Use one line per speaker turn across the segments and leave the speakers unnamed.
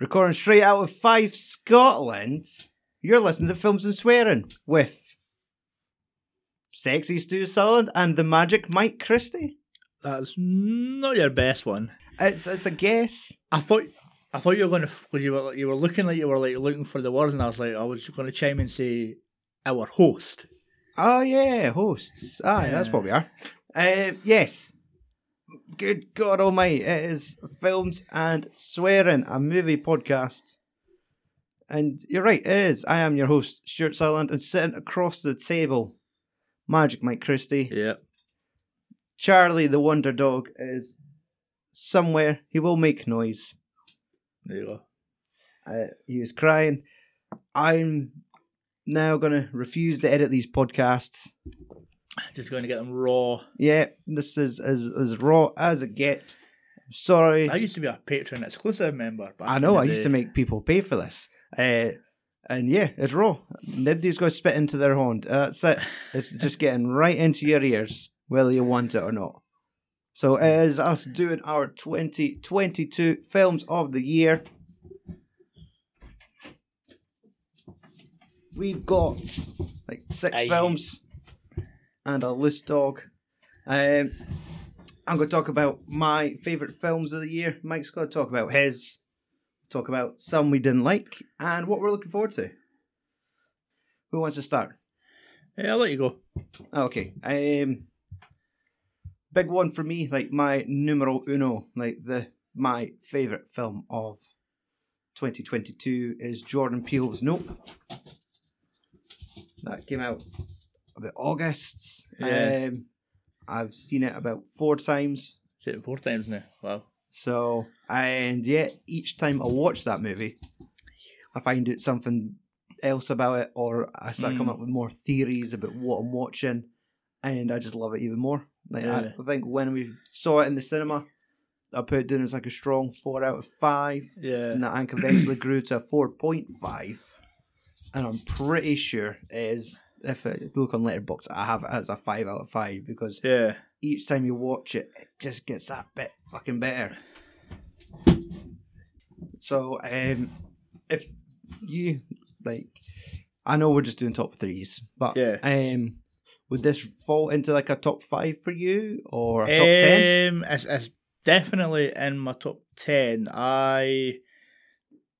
Recording straight out of Five Scotland, you're listening to Films and Swearing with Sexy Stu Sutherland and the Magic Mike Christie.
That's not your best one.
It's it's a guess.
I thought I thought you were going to you were you were looking like you were like looking for the words, and I was like I was going to chime and say our host.
Oh yeah, hosts. Aye, that's what we are. Uh, yes. Good God Almighty! It is films and swearing, a movie podcast. And you're right, it is. I am your host, Stuart Sutherland, and sitting across the table, Magic Mike Christie.
Yeah.
Charlie the Wonder Dog is somewhere. He will make noise.
There you go.
Uh, he was crying. I'm now going to refuse to edit these podcasts.
Just going to get them raw.
Yeah, this is as, as raw as it gets. Sorry.
I used to be a Patreon exclusive member. Back
I
in
know,
the
I used
day.
to make people pay for this. Uh, and yeah, it's raw. Nobody's going to spit into their hand. Uh, that's it. It's just getting right into your ears, whether you want it or not. So it is us doing our 2022 films of the year. We've got like six
Aye.
films and a list dog. Um, I'm going to talk about my favourite films of the year. Mike's going to talk about his, talk about some we didn't like, and what we're looking forward to. Who wants to start?
Yeah, I'll let you go.
Okay. Um, big one for me, like my numero uno, like the my favorite film of 2022 is Jordan Peele's Nope. That came out about August.
Yeah.
Um, I've seen it about four times.
Said it four times now. Wow.
So, and yet each time I watch that movie, I find out something else about it, or I start coming
Mm.
up with more theories about what I'm watching, and I just love it even more. Like
Yeah.
I, I think when we saw it in the cinema, I put it down as like a strong four out of five,
Yeah.
and that ank eventually grew to a four point five, and I'm pretty sure is if I look on Letterboxd, I have it as a five out of five because
Yeah.
each time you watch it, it just gets that bit fucking better. So, um, if you like, I know we're just doing top threes, but
Yeah.
um, would this fall into like a top five for you or a top ten?
Um, it's, it's definitely in my top ten. I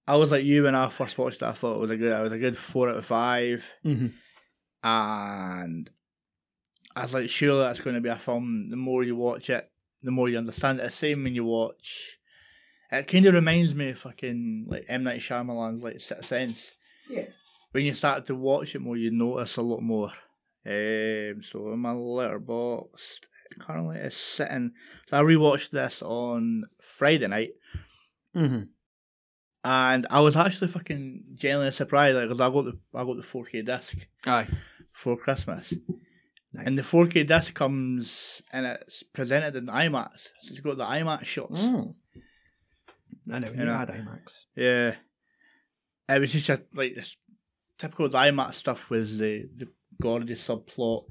I was like you when I first watched it. I thought it was a good. I was a good four out of five,
Mm-hmm.
and I was like, surely that's going to be a film. The more you watch it, the more you understand it. The same when you watch. It kind of reminds me of fucking like M Night Shyamalan's like Sixth Sense.
Yeah.
When you start to watch it more, you notice a lot more. Um, so in my letterbox currently is sitting. So I rewatched this on Friday night,
Mm-hmm.
and I was actually fucking genuinely surprised because I got the I got the 4K disc
Aye.
for Christmas,
Nice.
and the 4K disc comes and it's presented in IMAX. So it's got the IMAX shots.
Mm. I know you
know.
had IMAX.
Yeah, it was just a, like this typical the IMAX stuff was the the gorgeous subplot,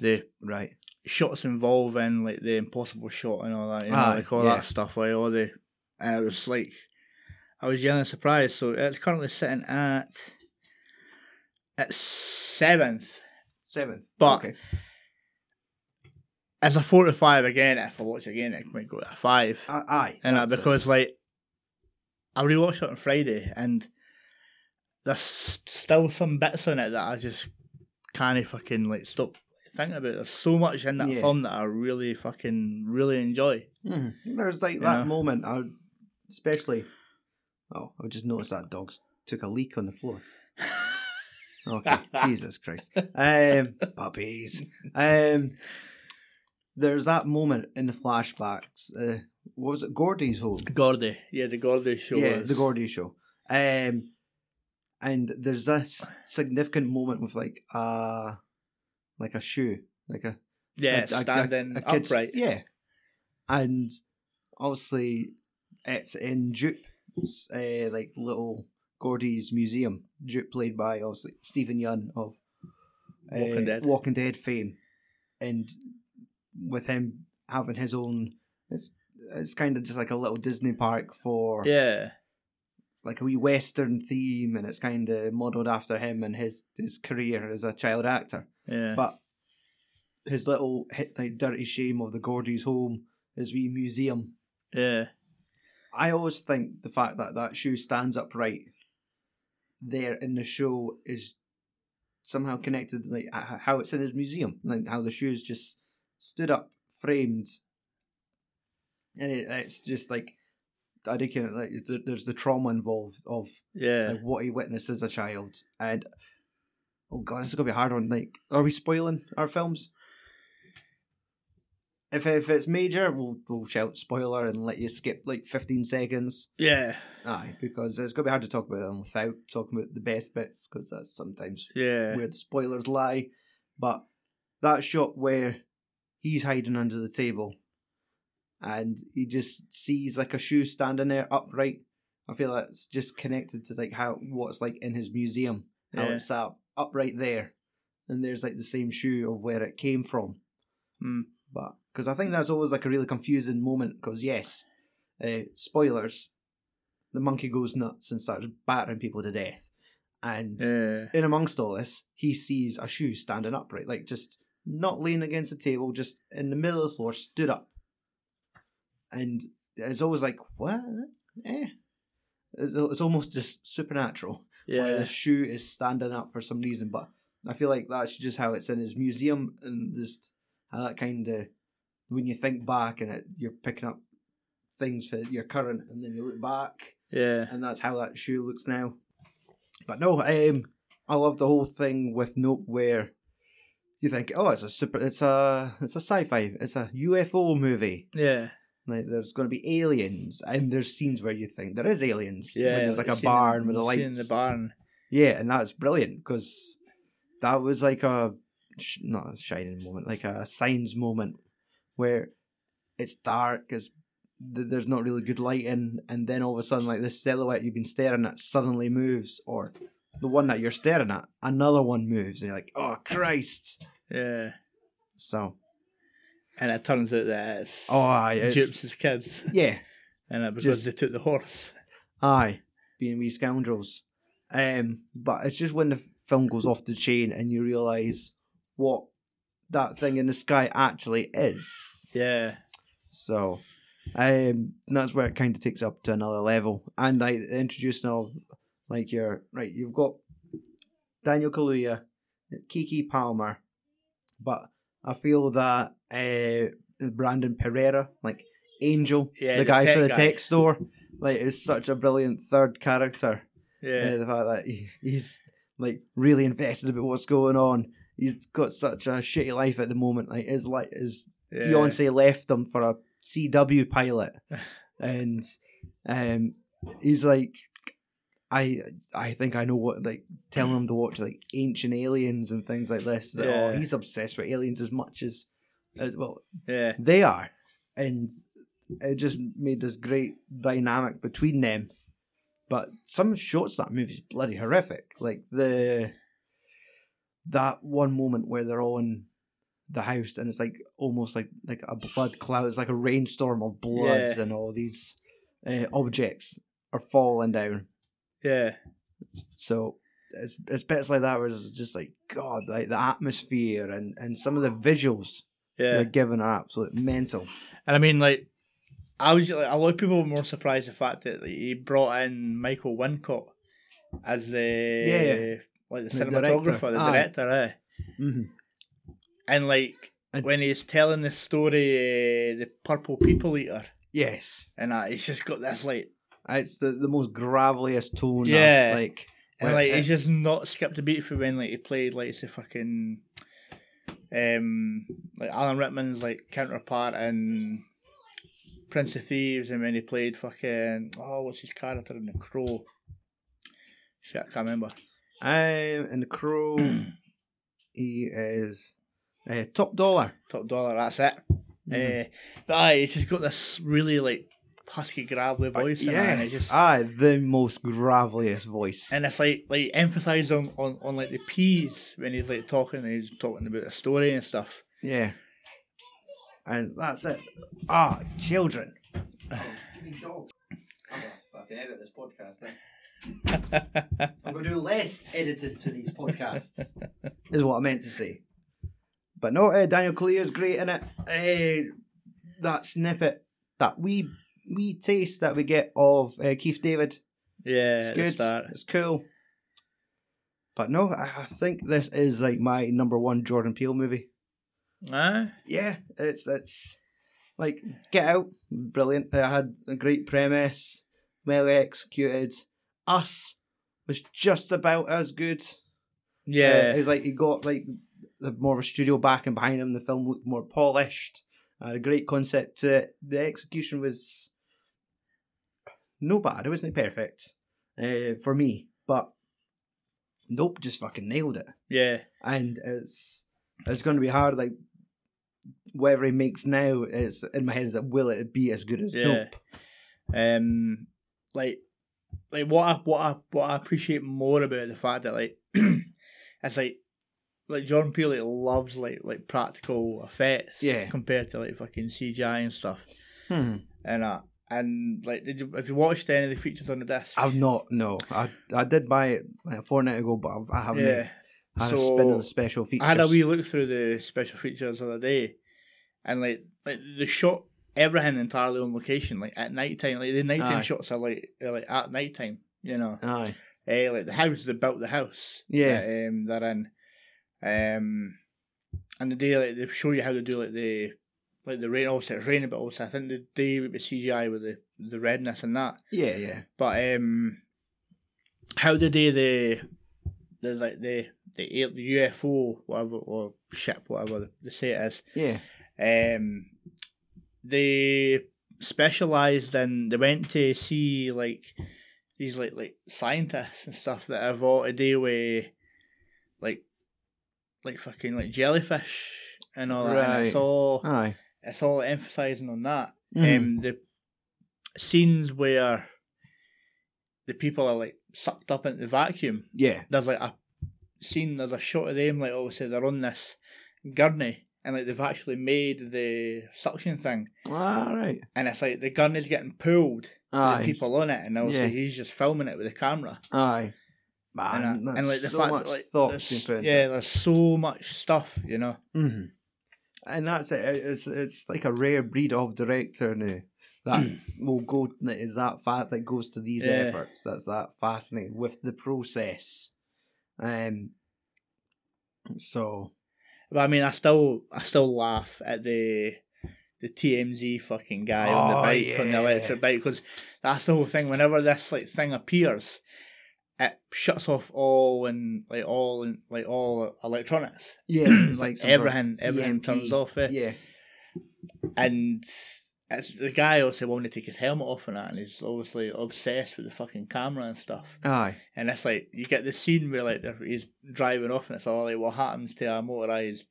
the
Right.
shots involving like the impossible shot and all that, you know,
Aye,
like all
Ah, yeah.
that stuff, like all the and it was like I was genuinely surprised. So it's currently sitting at at seventh.
Seventh.
But-
okay.
It's a four to five again, if I watch it again it might go to a five.
Uh, aye.
And uh,
that's it.
because like I rewatched it on Friday and there's s- still some bits on it that I just can't fucking like stop thinking about. There's so much in that
Yeah.
film that I really fucking really enjoy.
Mm. There's like
Yeah.
that moment, I would, especially. Oh, I just noticed that dog's took a leak on the floor. Okay, Jesus Christ, um, puppies. Um, there's that moment in the flashbacks. Uh, what was it? Gordy's home.
Gordy. Yeah, the Gordy show.
Yeah,
is-
the Gordy show. Um, and there's this significant moment with like uh like a shoe, like a a-
Yeah,
a- a-
standing
a kid's-
upright.
Yeah. And obviously, it's in Dupe, uh, like little Gordy's museum. Dupe, played by obviously Stephen Yun of uh,
Walking Dead.
Walking Dead fame, and with him having his own, it's it's kind of just like a little Disney park for
Yeah.
like a wee western theme, and it's kind of modelled after him and his his career as a child actor.
Yeah.
But his little hit like dirty shame of the Gordy's home, his wee museum.
yeah.
I always think the fact that that shoe stands upright there in the show is somehow connected like h- h- how it's in his museum, like how the shoes just stood up, framed, and it, it's just like I think uh, like there- there's the trauma involved of
Yeah.
like what he witnessed as a child and oh god this is gonna be a hard one like are we spoiling our films if, if it's major we'll, we'll shout spoiler and let you skip like 15 seconds
Yeah.
aye because it's gonna be hard to talk about them without talking about the best bits because that's sometimes
Yeah.
where the spoilers lie but that shot where he's hiding under the table and he just sees like a shoe standing there upright i feel that's just connected to like how what's like in his museum how
Yeah.
it's up upright there and there's like the same shoe of where it came from
Mm.
but because i think that's always like a really confusing moment because yes uh, spoilers the monkey goes nuts and starts battering people to death and
Yeah.
in amongst all this, he sees a shoe standing upright, like just not leaning against the table, just in the middle of the floor, stood up. And it's always like, what? Eh. It's, it's almost just supernatural. Why
Yeah.
the shoe is standing up for some reason. But I feel like that's just how it's in his museum and just how that kind of, when you think back and it, you're picking up things for your current and then you look back
Yeah.
and that's how that shoe looks now. But no, um, I love the whole thing with Nope where you think, oh, it's a super, it's a, it's a sci-fi, it's a UFO movie.
Yeah.
Like there's going to be aliens, and there's scenes where you think there is aliens. Like,
Yeah.
there's like a
seen in-
barn with a
seen In
lights.
the barn.
Yeah, and that's brilliant because that was like a sh- not a shining moment, like a signs moment where it's dark, it's, th- there's not really good lighting, and then all of a sudden, like this silhouette you've been staring at suddenly moves, or the one that you're staring at, another one moves, and you're like, oh Christ!
Yeah.
So,
And it turns out that it's
oh, aye, it's,
Jupes' kids,
yeah,
and it because
Just-
they took the horse.
aye, being wee scoundrels. Um, but it's just when the f- film goes off the chain and you realise what that thing in the sky actually is.
Yeah.
So, um, that's where it kind of takes up to another level. And like the introducing of like your right, you've got Daniel Kaluuya, Kiki Palmer, but I feel that uh, Brandon Pereira, like Angel,
Yeah,
the
the
guy
tech
for the
guy.
tech store, like is such a brilliant third character. Uh,
Yeah.
the fact that he, he's like really invested about what's going on. He's got such a shitty life at the moment. Like his like his
yeah.
fiance left him for a CW pilot, and um, he's like, I I think I know what like telling him to watch like ancient aliens and things like this. That, oh,
Yeah.
he's obsessed with aliens as much as, as well
Yeah.
they are, and it just made this great dynamic between them. But some shots of that movie's bloody horrific. Like the that one moment where they're all in the house and it's like almost like like a blood cloud. It's like a rainstorm of bloods
Yeah.
and all these uh, objects are falling down.
Yeah.
So it's it's bits like that where it's just like God, like the atmosphere and and some of the visuals
Yeah.
they're given are absolute mental.
And I mean, like, I was like, a lot of people were more surprised the fact that like, he brought in Michael Wincott as the
Yeah.
like the,
The
cinematographer,
director.
the
Aye.
director, eh?
Mm-hmm.
And like
And-
when he's telling the story, uh, the purple people eater,
Yes, Uh,
and uh, he's just got this like,
it's the, the most graveliest tone. Yeah,
Yeah.
like
and
Well,
like
it-
he's just not skipped a beat for when like he played like say fucking, um, like Alan Rickman's like counterpart in Prince of Thieves, and when he played fucking oh what's his character in The Crow? Shit, I can't remember.
I'm in the crow. he is uh, top dollar.
Top dollar, that's it.
Mm.
Uh, but aye, he's just got this really like husky gravelly voice, and, that, and it's just
aye, the most graveliest voice.
And it's like like emphasised on, on, on like the P's when he's like talking and he's talking about the story and stuff.
yeah, and that's it. Ah, children. have to edit this podcast. Then. I'm going to do less editing to these podcasts, is what I meant to say. But no, uh, Daniel Kaluuya's great in it. Uh, that snippet, that wee wee taste that we get of uh, Keith David,
yeah,
it's
at the
good.
start.
It's cool. But no, I I think this is like my number one Jordan Peele movie.
Aye.
Yeah, it's it's like Get Out, brilliant. It had a great premise, well executed. Us was just about as good. Uh,
Yeah.
it was like he got like the more of a studio backing behind him. The film looked more polished. Had a great concept to it. The execution was no bad. It wasn't perfect uh, for me, but nope, just fucking nailed it.
yeah.
And it's it's going to be hard. Like whatever he makes now, it's in my head. Is that will it be as good as
Yeah.
Nope?
um like like what I what I what I appreciate more about the fact that like it's like like Jordan Peele like, loves like like practical effects
Yeah.
compared to like fucking CGI and stuff
Hmm.
and uh and like did you, have you watched any of the features on the disc?
I've not. No, I I did buy it like a fortnight ago, but I've, I haven't.
yeah.
Had a
So,
spin on the special features.
I had a wee look through the special features the other day, and like like they shot everything entirely on location, like at night time. Like the nighttime
Aye.
shots are like are, like at night time, you know.
Aye.
Eh, like the house they built the house.
Yeah.
that, um, they're in, um, and the day like they show you how to do like the like the rain. Obviously, it's raining, but also I think the day with the CGI with the the redness and that.
Yeah, yeah.
But um, how did they the the like the the, a- the UFO whatever or ship whatever they say it is?
Yeah.
Um, they specialized in they went to see like these like like scientists and stuff that have all to do with like like fucking like jellyfish and all that. And it's
Right. Ah.
all
Aye.
it's all emphasizing on that
Mm.
um, the scenes where the people are like sucked up into the vacuum.
yeah.
There's like a scene. There's a shot of them like obviously they're on this gurney and like they've actually made the suction thing,
All right.
and it's like the gurney's getting pulled.
Aye.
There's people on it, and obviously
Ah, Yeah.
he's just filming it with a camera.
Aye. Man,
And, I-
that's
and like the
so
fact
much
that like
thought
there's-
being put into
yeah, there's so much stuff, you know.
hmm And that's it. It- It's it's like a rare breed of director now that will go that is that fat that goes to these
Mm. Yeah.
efforts. That's that fascinating with the process. Um. So
But I mean, I still, I still laugh at the the TMZ fucking guy on
Oh,
the bike on the
yeah.
electric bike because that's the whole thing. Whenever this like thing appears, it shuts off all and like all and like all electronics.
yeah, it's like
like
some sort of
everything, everything
EMP.
turns off. eh?
Yeah.
and it's the guy also wanted to take his helmet off and that, and he's obviously obsessed with the fucking camera and stuff.
Aye.
And it's like you get the scene where like they're- he's driving off, and it's all like what happens to a motorized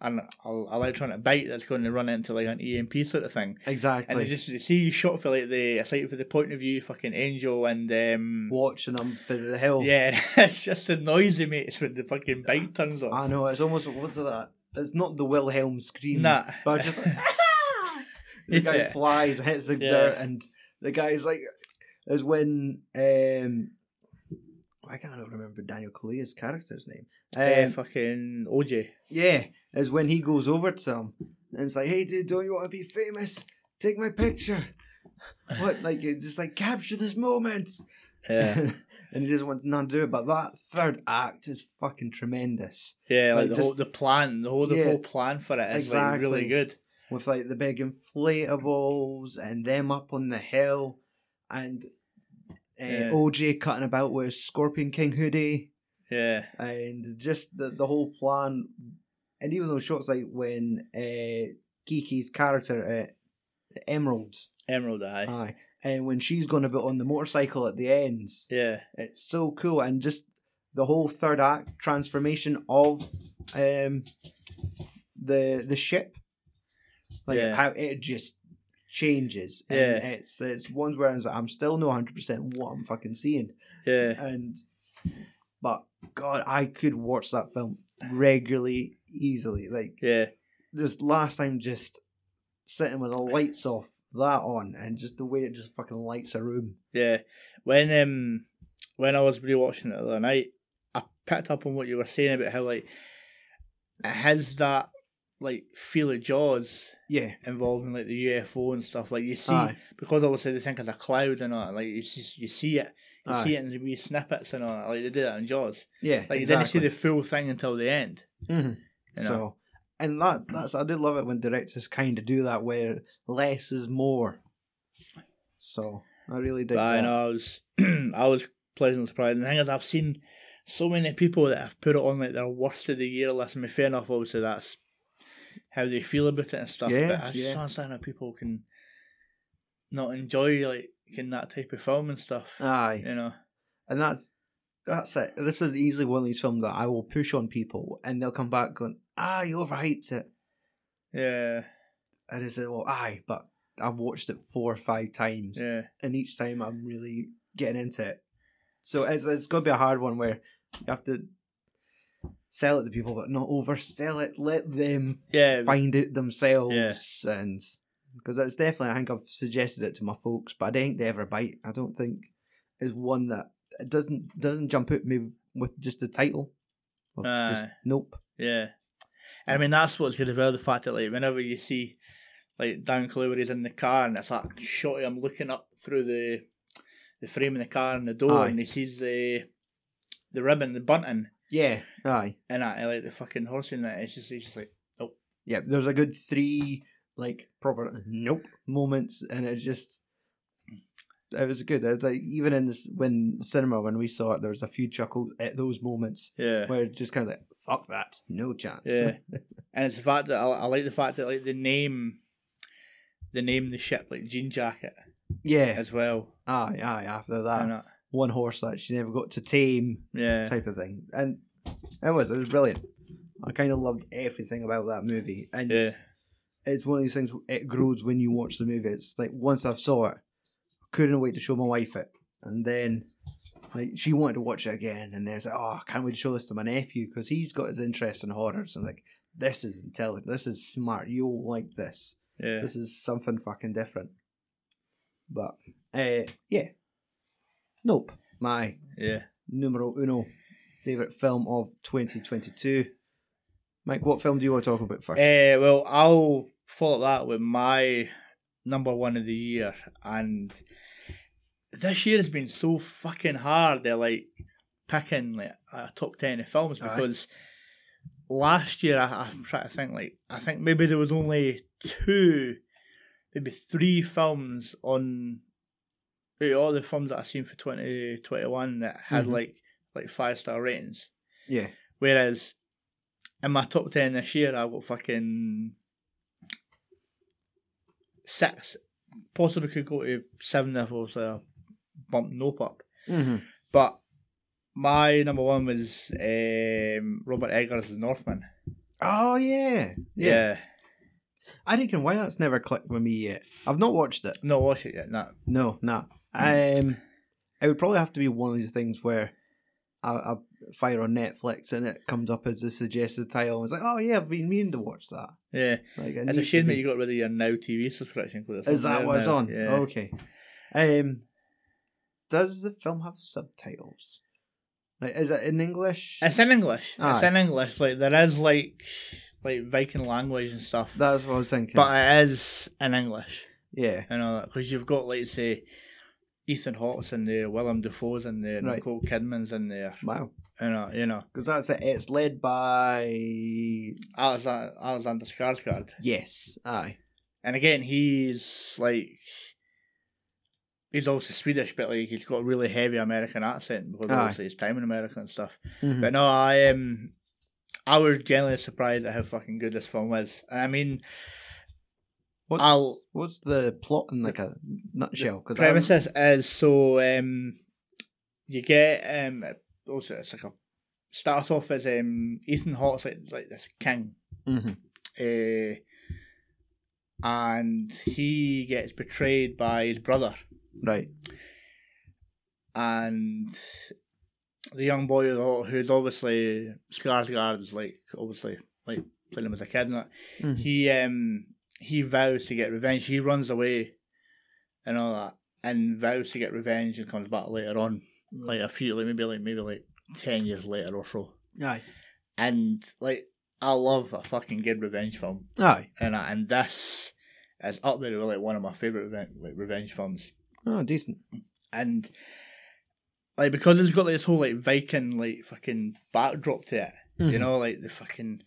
and a a electronic bike that's going to run into like an EMP sort of thing.
Exactly.
And they just they see you shot for like the it's like for the point of view fucking angel and um
watching them for the hill.
yeah, it's just the noise he makes when the fucking bike turns off.
I know it's almost what's that? It's not the Wilhelm scream,
Nah.
but just like, the guy
Yeah.
flies, hits the
Yeah.
dirt, and the guy's like, is when um, why can't I not remember Daniel Kaluuya's character's name?
Eh,
Um,
fucking OJ.
yeah, is when he goes over to him and it's like, hey dude, don't you want to be famous? Take my picture. What like it's just like capture this moment.
Yeah,
and he doesn't want none to do it. But that third act is fucking tremendous.
yeah, like,
Like,
the
just-
whole the plan, the whole the
Yeah.
whole plan for it is like really
Exactly.
good.
with like the big inflatables and them up on the hill and uh,
Yeah.
OJ cutting about with his Scorpion King hoodie
Yeah,
and just the, the whole plan. And even those shots like when uh, Geeky's character at Emeralds,
Emerald Eye.
aye, and when she's going about on the motorcycle at the ends,
yeah,
it's so cool and just the whole third act transformation of um the the ship like
Yeah.
how it just changes and
Yeah.
it's it's ones where I was like, I'm still no 100% what I'm fucking seeing
yeah.
and but god I could watch that film regularly easily like
Yeah,
this last time just sitting with the lights off that on and just the way it just fucking lights a room.
Yeah. When um when I was rewatching it the other night, I picked up on what you were saying about how like it has that like feel of Jaws
Yeah.
involving like the UFO and stuff. Like you see
Aye.
because obviously they think it's a cloud and all that, like you see you see it. You
Aye.
see it in wee snippets and all that, like they did it in Jaws.
Yeah.
Like you didn't see
exactly.
the full thing until the end.
Mhm.
You know?
So, and that that's I do love it when directors kind of do that, where less is more. So I really dig
But I
that.
know I was I was pleasantly surprised. And the thing is I've seen so many people that have put it on like their worst of the year list. I mean fair enough obviously that's how they feel about it and stuff.
Yeah,
but I just
yeah.
don't understand how people can not enjoy like in that type of film and stuff.
Aye,
You know.
and that's that's it. This is easily one of these films that I will push on people, and they'll come back going, "Ah, you overhyped it,"
Yeah.
and I say, "Well, aye, but I've watched it four or five times,
Yeah.
and each time I'm really getting into it." So it's it's gonna be a hard one where you have to sell it to people, but not oversell it. Let them
Yeah.
find it themselves and because that's definitely I think I've suggested it to my folks, but I don't think they ever bite. I don't think is one that it doesn't doesn't jump out me with just the title. Of just,
Aye.
nope.
Yeah. And I mean, that's what's good about the fact that, like, whenever you see, like, Dan Cleary's in the car and it's like shot of him looking up through the the frame of the car and the door
Aye.
and he sees the the ribbon, the bunting,
Yeah. Aye.
and that, and, like, the fucking horse in that. It's just, it's just like,
Yeah. There's a good three like proper nope moments, and it just it was good. It was like even in this when cinema when we saw it, there was a few chuckles at those moments
yeah.
where it's just kind of like fuck that, no chance.
Yeah. and it's the fact that I, I like the fact that, like, the name, the name of the ship, like, Jean Jacket
yeah. Ah.
as well.
Aye. Aye. After that.
and that.
one horse that she never got to tame
Yeah.
type of thing. And it was, it was brilliant. I kind of loved everything about that movie. And
Yeah.
it's one of these things, it grows when you watch the movie. It's like once I saw it, couldn't wait to show my wife it. And then like she wanted to watch it again. And there's like, oh, I can't wait to show this to my nephew because he's got his interest in horrors. And like, this is intelligent. This is smart. You'll like this
Yeah.
this is something fucking different. But uh, yeah, nope. My
Yeah.
numero uno favorite film of 2022. Mike, what film do you want to talk about first?
Uh, well, I'll follow that with my number one of the year, and this year has been so fucking hard. They're like picking like a top ten of films
Aye.
because last year I, I'm trying to think like I think maybe there was only two, maybe three films on out of all the films that I've seen for twenty twenty one that had
Mhm.
like like five star ratings.
yeah,
Whereas in my top ten this year, I got fucking six. Possibly could go to seven if I was a bump nope up.
mm-hmm.
But my number one was um, Robert Eggers' The Northman.
oh yeah. yeah,
Yeah.
I reckon why that's never clicked with me yet. I've not watched it.
No, watch it yet. No.
No, nah.
Hmm.
Um, it would probably have to be one of these things where I, I fire on Netflix and it comes up as a suggested title. And it's like, oh yeah, I've been meaning to watch that.
Yeah.
Like, it
It's
needs
a
to
shame
be-
that you got rid of your Now TV subscription. 'cause it's
Is that
there
what's
now.
on? Oh,
Yeah.
Okay. Um, does the film have subtitles? Like, is it in English?
It's in English. It's
Aye.
in English. Like there is like like Viking language and stuff.
That's what I was thinking.
But it is in English.
yeah,
and all that because you've got like say Ethan Hawke's in there, Willem Dafoe's in there,
Right.
Nicole Kidman's in there,
wow.
and uh, you know
Because that's it. It's led by.
Alexander, Alexander Skarsgård,
Yes. Aye.
and again he's like he's also Swedish, but like he's got a really heavy American accent because
Aye.
obviously his time in America and stuff.
Mhm.
But no, I Um, I was genuinely surprised at how fucking good this film was. I mean,
What's
I'll-
what's the plot in like a nutshell? Because
premises is so um, you get um, also it's like a starts off as um, Ethan Hawke's like, like this king,
Mm-hmm.
uh, and he gets betrayed by his brother,
right.
and the young boy who's al- who's obviously Skarsgård is like obviously like playing him as a kid, and that,
Mhm.
he um he vows to get revenge. He runs away and all that, and vows to get revenge and comes back later on, like a few, like maybe like maybe like ten years later or so.
Aye.
And like, I love a fucking good revenge film,
Aye.
and I, and this is up there with like one of my favorite reven- like revenge films
Oh, decent.
and like because it's got like, this whole like Viking like fucking backdrop to it, you
Mhm.
know, like the fucking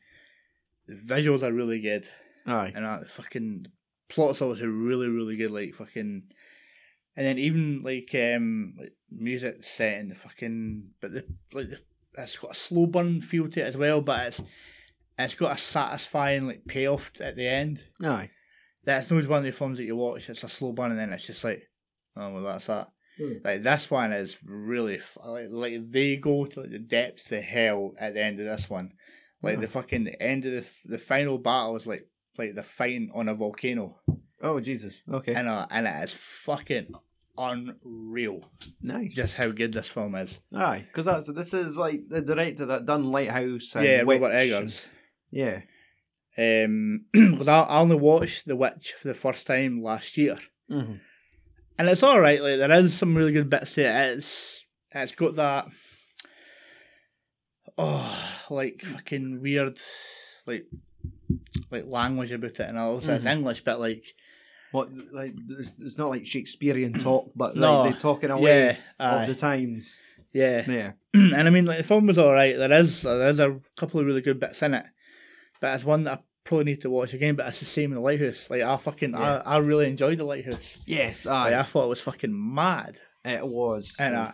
the visuals are really good,
Aye.
and uh, the fucking plot's obviously really really good, like fucking, and then even like um like music set and the fucking but the like the, it's got a slow burn feel to it as well, but it's it's got a satisfying like payoff at the end.
Aye.
That's not one of the films that you watch. It's a slow burn, and then it's just like, oh well, that's that. Like this one is really f- like, like they go to like, the depths to hell at the end of this one. Like the fucking end of the f- the final battle is like like the fighting on a volcano,
Oh, Jesus. Okay.
and uh, and it is fucking unreal
nice.
just how good this film is.
Aye, because that's this is like the director that done Lighthouse. And
yeah,
Witch
Robert
and-
Eggers.
yeah.
Um, because I, I only watched The Witch for the first time last year,
Mhm.
and it's all right. Like there is some really good bits to it. It's it's got that oh like fucking weird like like language about it and all. So it's
Mhm.
English, but like
What like it's, it's not like Shakespearean talk, but
No.
like they're talking away
yeah, aye,
of the times.
yeah.
Yeah.
and I mean, like the film was all right. There is there is a couple of really good bits in it, but it's one that I probably need to watch again. But it's the same in the Lighthouse. Like I fucking
Yeah.
I, I really enjoyed the Lighthouse.
Yes.
Like, I
Aye.
thought it was fucking mad.
It was.
And, uh,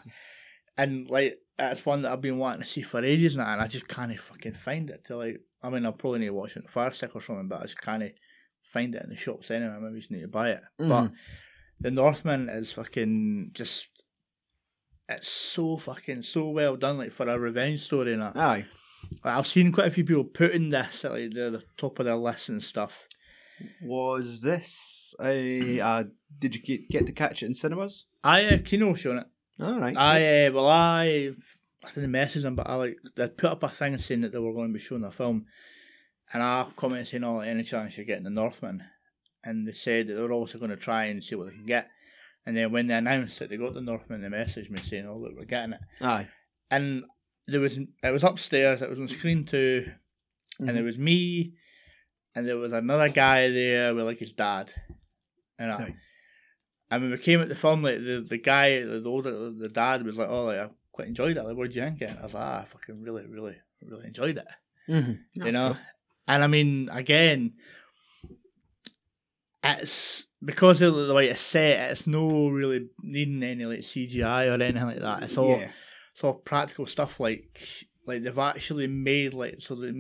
and like that's one that I've been wanting to see for ages now, and I just can't fucking find it. To like, I mean, I'll probably need to watch it on Firestick or something, but I just can't find it in the shops anyway. Maybe just need to buy it. But
Mhm.
the Northman is fucking just. It's so fucking so well done, like for a revenge story and that.
aye.
Like, I've seen quite a few people putting this at like the, the top of their list and stuff.
Was this a? Uh, did you get, get to catch it in cinemas?
I uh, Kino showing it.
All right.
I uh, well, I I didn't message them, but I like they put up a thing saying that they were going to be showing the film, and I commented saying, "Oh, any chance you're getting the Northman?" And they said that they were also going to try and see what they can get. And then when they announced that they got the Northman, they messaged me saying, "Oh, look, we're getting it."
Aye.
And there was it was upstairs. It was on screen 2 and
Mm-hmm.
there was me, and there was another guy there with like his dad, and I.
Right.
And when we came at the film, like the, the guy, the, the older, the dad was like, "Oh, like, I quite enjoyed it. Like, what would you think?" of it?" And I was like, ah, "I fucking really, really, really enjoyed it."
Mhm.
Mm-hmm. you
That's
know,
cool.
and I mean, again, it's because of the way it's set. It's no really needing any like CGI or anything like that. It's all
Yeah.
it's all practical stuff. Like like they've actually made like so they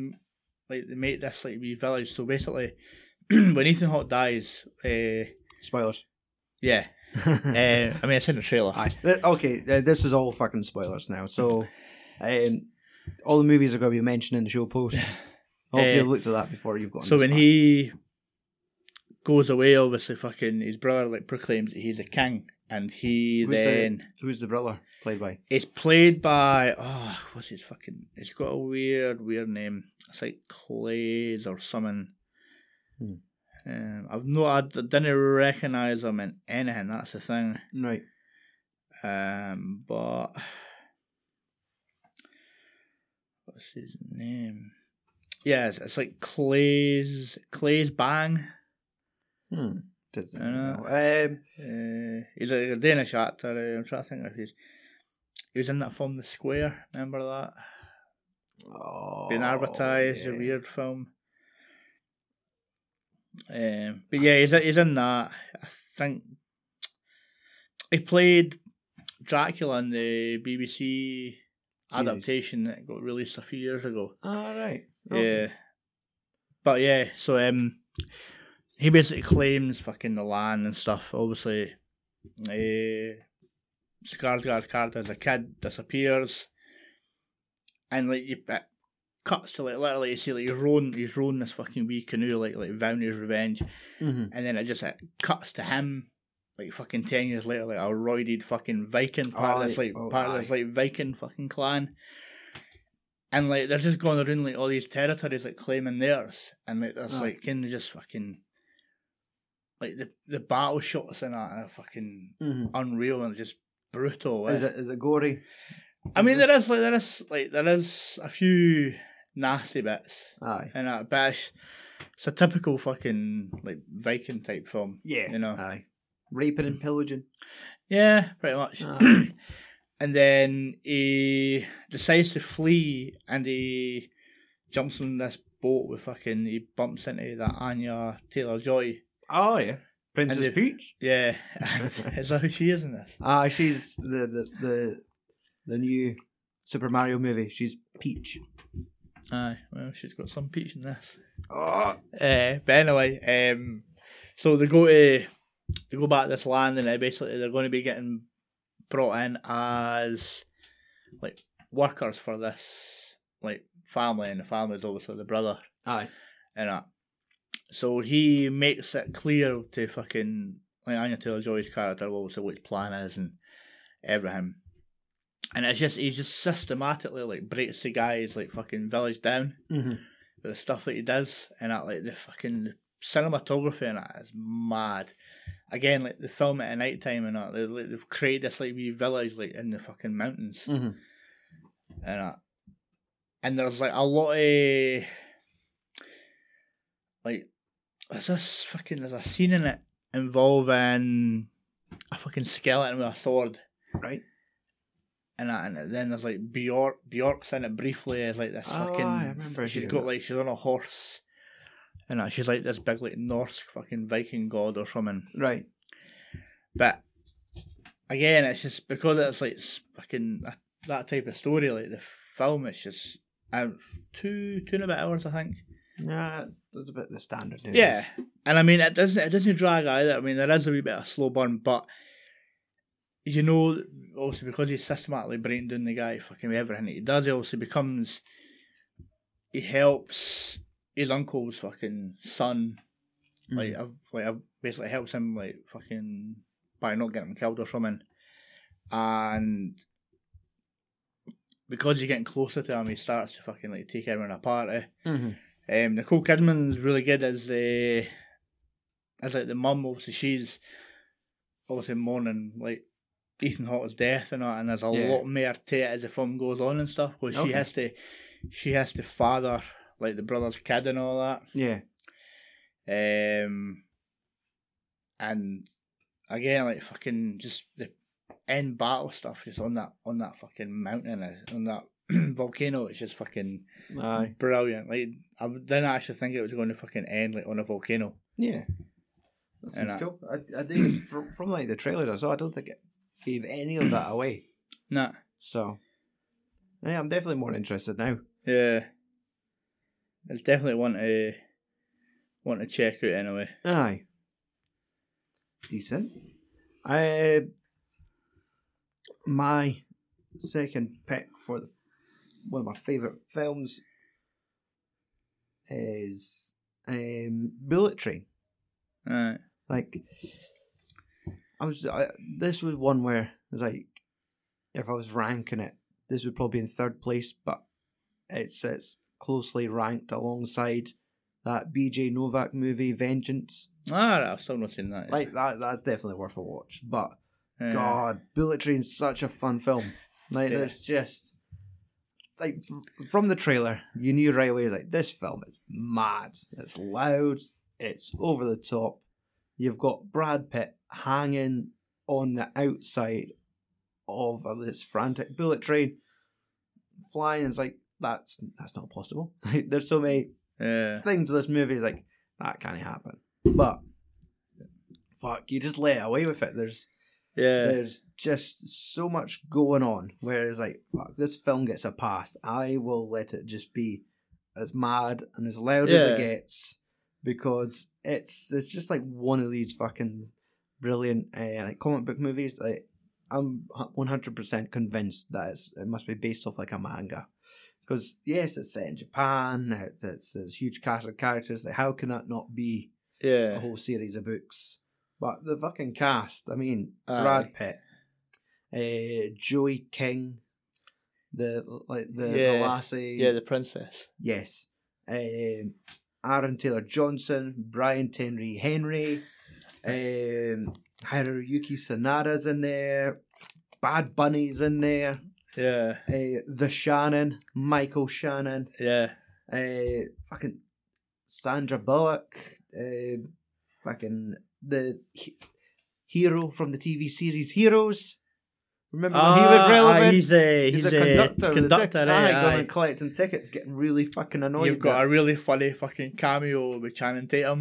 like they made this like wee village. So basically, when Ethan Hawke dies, uh,
Spoilers.
yeah. Uh, I mean, it's in the trailer.
Aye. Th- Okay, th- this is all fucking spoilers now. So, um, all the movies are going to be mentioned in the show post. Hopefully,
Eh,
you've looked at that before you've gone.
So
this
when
far.
he goes away, obviously, fucking his brother like proclaims that he's a king, and he
Who's the-
then
who's the brother played by?
is played by oh, what's his fucking? It's got a weird, weird name. It's like Clays or something.
Hmm.
Um, I've no, I d- didn't recognize him in anything. That's the thing.
Right.
Um, but what's his name? Yeah, it's, it's like Clay's Clay's Bang.
Hmm. Doesn't
I know.
know. Um,
Uh, he's a, a Danish actor. uh, I'm trying to think if he's he was in that film The Square. Remember that?
oh,
Being advertised,
yeah.
a weird film. Um, but
Ah.
yeah, he's he's in that. I think he played Dracula in the BBC adaptation that got released a few years ago.
All right.
Yeah. But yeah, so um, he basically claims fucking the land and stuff. Obviously, uh, Skarsgård character as a kid disappears, and like you, it cuts to like literally you see like he's rowing he's rowing this fucking wee canoe like like Vowner's revenge,
hmm
and then it just it cuts to him. Like fucking ten years later, like a roided fucking Viking part of this
Aye,
like
oh,
part of this like Viking fucking clan, and like they're just going around like all these territories like claiming theirs, and like that's
Aye.
like kind of just fucking like the the battle shots in that are fucking unreal and just brutal.
Mm-hmm. Is
eh?
it is it gory?
I mean, there is like there is like there is a few nasty bits
Aye.
in that, but it's, it's a typical fucking like Viking type film.
Yeah.
You know.
Aye. Raping and pillaging.
Yeah, pretty much.
Ah.
and then he decides to flee and he jumps on this boat with fucking he bumps into that Anya Taylor Joy.
Oh yeah. Princess
And the-
Peach.
Yeah. Is that who she is in this?
Ah, she's the the the the new Super Mario movie. She's Peach.
Aye, well she's got some peach in this.
Oh.
Uh, but anyway, um so they go to they go back to this land and they basically they're gonna be getting brought in as like workers for this like family and the family's obviously the brother.
Aye.
in it. So he makes it clear to fucking like Anya Taylor Joy's character obviously what his plan is and everything. And it's just he just systematically like breaks the guy's like fucking village down
Mm-hmm.
with the stuff that he does and that like the fucking cinematography and that is mad. Again, like the film at night time and that, they, like, they've created this like wee village like in the fucking mountains
Mm-hmm.
and that. And there's like a lot of like there's this fucking there's a scene in it involving a fucking skeleton with a sword
Right.
and that, and then there's like Bjork Bjork's in it briefly as like this
Oh,
fucking
I remember
she's
you.
got like she's on a horse and that, she's like this big like Norse fucking Viking god or something.
Right.
But again, it's just because it's like s- fucking that, that type of story, like the film is just um, two two and a bit hours, I think.
Yeah, that's, that's about the standard. nowadays.
Yeah, and I mean it doesn't it doesn't drag either. I mean there is a wee bit of slow burn, but you know, obviously because he's systematically breaking down the guy, fucking with everything that he does, he obviously becomes he helps his uncle's fucking son
Mhm.
like I've like I've basically helps him like fucking by not getting him killed or something, and because he's getting closer to him, he starts to fucking like take everyone apart. Eh?
Mhm.
Um, Nicole Kidman's really good as the as like the mum. Obviously, she's obviously mourning like Ethan Hawke's death and all, and there's a
Yeah.
lot more to it as the film goes on and stuff. Because
Okay.
she has to she has to father like the brother's kid and all that.
Yeah.
Um, and again, like fucking just the end battle stuff, just on that on that fucking mountain, is- on that volcano. It's just fucking
Aye.
brilliant. Like I didn't actually think it was going to fucking end like on a volcano.
Yeah. That
And
sounds
I-
cool. I, I did from, from like the trailer I saw. I don't think it gave any of that away.
Nah.
So, yeah, I'm definitely more interested now.
Yeah. It's definitely one to want to check out anyway.
Aye. Decent. I my second pick for the, one of my favourite films is um, Bullet Train.
Alright.
Like, I was. I, this was one where it was like, if I was ranking it, this would probably be in third place, but it's it's closely ranked alongside that B.J. Novak movie Vengeance.
Alright, Ah, I've still not seen that. yet.
Like that, that's definitely worth a watch. But
Yeah.
God, Bullet Train's such a fun film. Like
Yeah.
there's just like f- from the trailer, you knew right away like this film is mad. It's loud. It's over the top. You've got Brad Pitt hanging on the outside of this frantic bullet train, flying. It's like that's that's not possible. Like there's so many
Yeah.
things in this movie like that can't happen. But fuck, you just let away with it. There's
Yeah.
there's just so much going on. Whereas like fuck, this film gets a pass. I will let it just be as mad and as loud as
Yeah.
it gets because it's it's just like one of these fucking brilliant uh, like comic book movies. Like I'm 100 percent convinced that it's, it must be based off like a manga. Because yes, it's set in Japan. It's, it's this huge cast of characters. Like how can that not be a
Yeah.
whole series of books. But the fucking cast, I mean,
Aye.
Brad Pitt, uh, Joey King, the like the, the
Yeah.
lassie,
Yeah, the princess.
yes, um, Aaron Taylor Johnson, Brian Tenry Henry, Um, Hiroyuki Sanada's in there. Bad Bunny's in there.
Yeah,
Uh, the Shannon, Michael Shannon.
yeah.
Uh, fucking Sandra Bullock. Uh, fucking the he- hero from the TV series Heroes. Remember when he
Ah,
was relevant?
He's a
He's
he's
the
a
conductor. of the
conductor,
tic-
eh,
aye, going
aye.
and collecting tickets, getting really fucking annoyed.
You've got a really funny fucking cameo with Channing Tatum.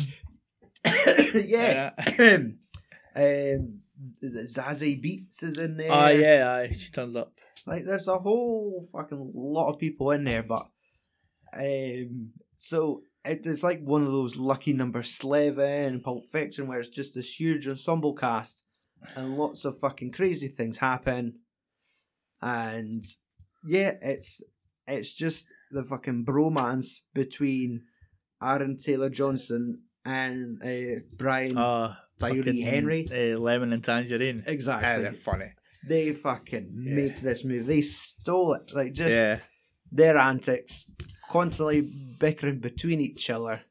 yes. um, Z- Z- Zazie Beats is in there.
Ah, yeah, aye. She turns up.
Like, there's a whole fucking lot of people in there, but um, so it, it's like one of those lucky number eleven Pulp Fiction, where it's just this huge ensemble cast, and lots of fucking crazy things happen, and yeah, it's it's just the fucking bromance between Aaron Taylor Johnson and uh, Brian
Ah,
Tyree
fucking,
Henry.
eh, lemon and tangerine. Ah,
Exactly.
they're funny.
They fucking
Yeah.
made this movie. They stole it. Like just
yeah,
their antics, constantly bickering between each other.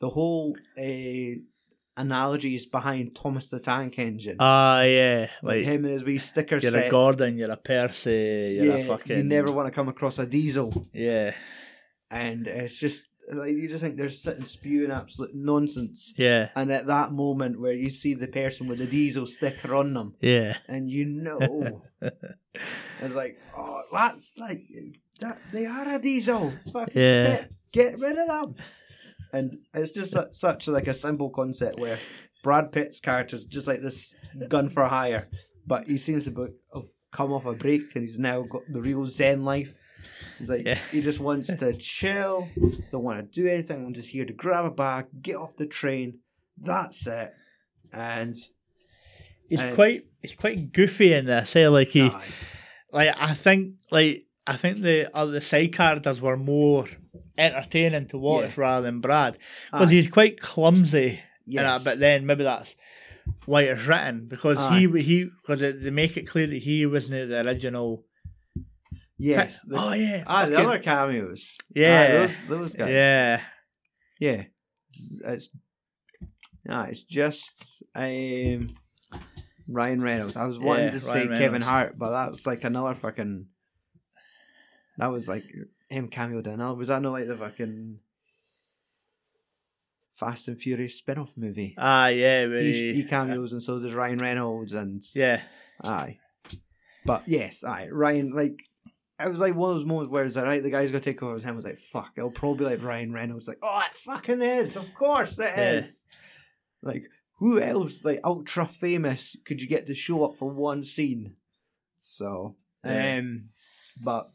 The whole uh, analogies behind Thomas the Tank Engine.
ah, yeah.
like
Like
him and his wee sticker
you're
set.
a Gordon, you're a Percy, you're
Yeah,
a fucking.
You never want to come across a diesel,
Yeah,
and it's just like you just think they're sitting spewing absolute nonsense.
yeah,
And at that moment where you see the person with the diesel sticker on them,
yeah.
and you know it's like oh that's like that they are a diesel fuck
Yeah.
shit. get rid of them and it's just su- such like a simple concept where brad pitt's character is just like this gun for hire but he seems to be, have come off a break and he's now got the real zen life he's like
Yeah.
he just wants to chill don't want to do anything i'm just here to grab a bag get off the train that's it and
He's
Uh,
quite he's quite goofy in this. Eh? Like he
Aye.
like I think like I think the other side characters were more entertaining to watch rather than Brad because
Aye.
he's quite clumsy.
Ah, yes.
and that but then maybe that's why it's written because he he because they, they make it clear that he wasn't the original.
yes
pick.
the-
oh yeah.
Ah, the
fucking-
other cameos.
Yeah.
Ah, those, those guys.
Yeah.
Yeah. It's ah, it's just um Ryan Reynolds. I was wanting
Yeah,
to say
Ryan
Kevin
Reynolds.
Hart, but that's like another fucking. That was like him cameoed in. uh, Was that not like the fucking Fast and Furious spin off movie?
Ah yeah. but
he,
he-
he cameos, and so does Ryan Reynolds, and
yeah.
Aye. But yes, aye. Ryan, like, it was like one of those moments where it's like, right, the guy's going to take over his hand. was like, fuck, it'll probably be like Ryan Reynolds. Like, oh, it fucking is. Of course it is.
Yeah.
Like, who else, like, ultra famous could you get to show up for one scene? So,
Yeah.
um, but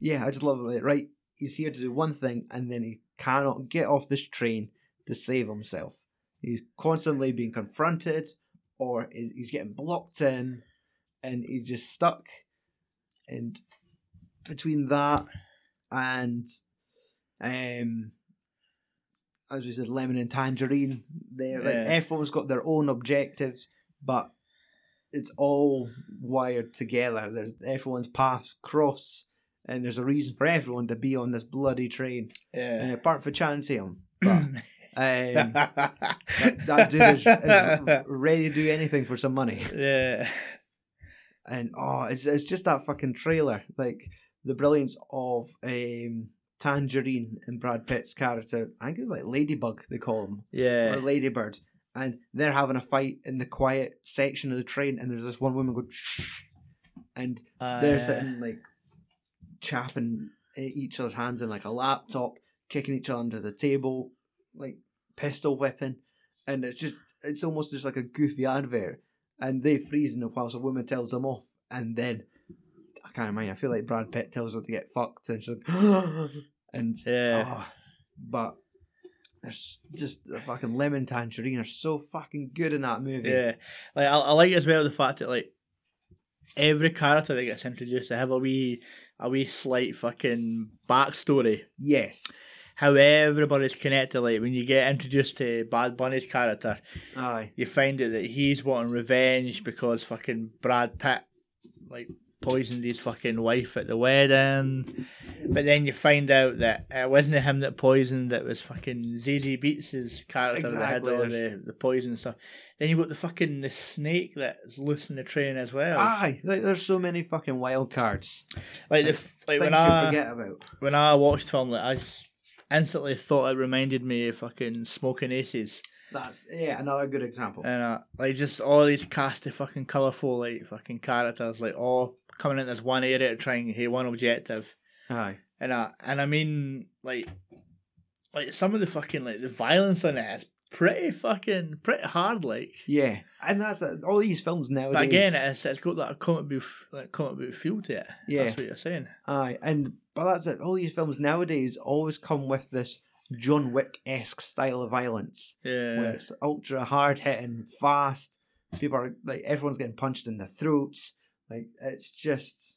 yeah, I just love it. Right, he's here to do one thing and then he cannot get off this train to save himself. He's constantly being confronted or he- he's getting blocked in and he's just stuck. And between that and, um, as we said, Lemon and Tangerine, there, like,
Yeah.
everyone's got their own objectives, but it's all wired together. There's everyone's paths cross, and there's a reason for everyone to be on this bloody train.
Yeah.
And apart from Chantium, but um, that dude is, is ready to do anything for some money.
yeah.
And oh, it's it's just that fucking trailer, like the brilliance of um, Tangerine and Brad Pitt's character. I think it was like Ladybug they call him or
Yeah.
Ladybird, and they're having a fight in the quiet section of the train, and there's this one woman going shh, and
Uh,
they're sitting like chapping at each other's hands in like a laptop, kicking each other under the table, like pistol whipping, and it's just it's almost just like a goofy advert. And they freeze in whilst a woman tells them off, and then I can't remember. I feel like Brad Pitt tells her to get fucked, and she's like, and
Yeah.
oh, but there's just the fucking lemon tangerine are so fucking good in that movie.
Yeah, like I, I like as well the fact that like every character that gets introduced, they have a wee a wee slight fucking backstory.
Yes.
How everybody's connected. Like when you get introduced to Bad Bunny's character,
Aye.
you find out that he's wanting revenge because fucking Brad Pitt like poisoned his fucking wife at the wedding. But then you find out that it wasn't him that poisoned, it was fucking ZZ Beats' character
Exactly,
that had all
there's-
the, the poison stuff. Then you got the fucking the snake that's loose in the train as well.
Aye, like, there's so many fucking wild cards.
like the f- like
Things
when
you
I
forget about.
when I watched film, like I just instantly thought it reminded me of fucking Smoking Aces.
That's yeah, another good example.
And uh, like just all these cast of fucking colourful like fucking characters, like all coming in this one area to try and hit one objective.
Aye,
And uh, and I mean like like some of the fucking like the violence on it is pretty fucking pretty hard like.
yeah, and that's uh, all these films nowadays.
But again, uh, it's it's got that comic book like comic book feel to it.
Yeah.
That's what you're saying.
aye, and but that's it. All these films nowadays always come with this John Wick esque style of violence, where
Yeah.
it's ultra hard hitting, fast. People are like everyone's getting punched in the throats. Like it's just.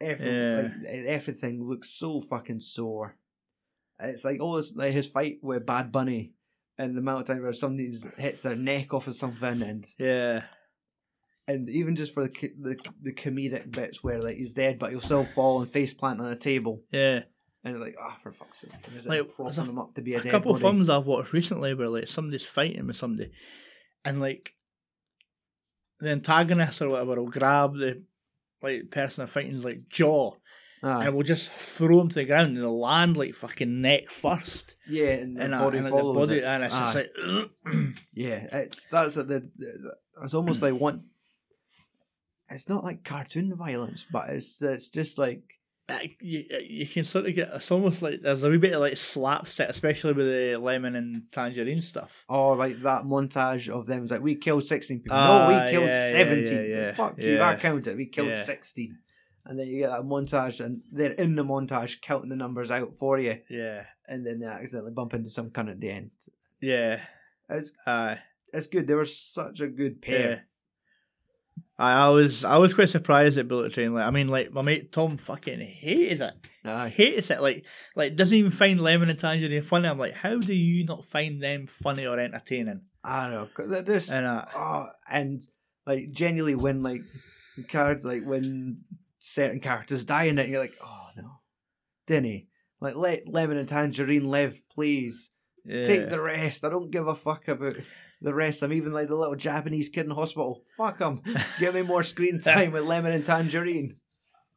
Every,
Yeah.
like, e-, everything looks so fucking sore. It's like all this, like his fight with Bad Bunny, and the amount of time where somebody hits their neck off of something, and
Yeah.
and even just for the co- the, the comedic bits where like he's dead but he'll still fall and face plant on a table
Yeah.
and like ah for fuck's sake and is
Like,
it propping
there's
him up to be a,
a
dead
couple
body?
of films I've watched recently where like somebody's fighting with somebody, and like the antagonist or whatever will grab the like person they're fighting's like jaw
Aye.
and will just throw him to the ground and they'll land like fucking neck first,
yeah and the
and, uh,
body
and, like,
follows Ah,
the body,
it's,
and it's just
aye.
like
yeah it's that's at the, the it's almost like one it's not like cartoon violence but it's it's just like
that- you, you can sort of get it's almost like there's a wee bit of like slapstick, especially with the lemon and tangerine stuff.
Oh, like that montage of them. It's like, we killed 16 people. no,
Ah,
we killed
yeah, yeah,
17.
yeah, yeah,
Fuck you, I
yeah.
counted. We killed
Yeah.
16. And then you get that montage, and they're in the montage counting the numbers out for you.
Yeah,
And then they accidentally bump into some cunt at the end.
yeah,
It's,
aye.
it's good. They were such a good pair.
I, I was I was quite surprised at Bullet Train. Like I mean, like my mate Tom fucking hates it.
Aye.
Hates it. Like like doesn't even find Lemon and Tangerine funny. I'm like, how do you not find them funny or entertaining?
I know. 'cause they're- They're,
And uh,
oh, and like genuinely when like cards like when certain characters die in it, you're like, oh no, Denny, like let Lemon and Tangerine live, please.
yeah.
Take the rest. I don't give a fuck about the rest. I'm even like the little Japanese kid in hospital. Fuck him. Give me more screen time with Lemon and Tangerine.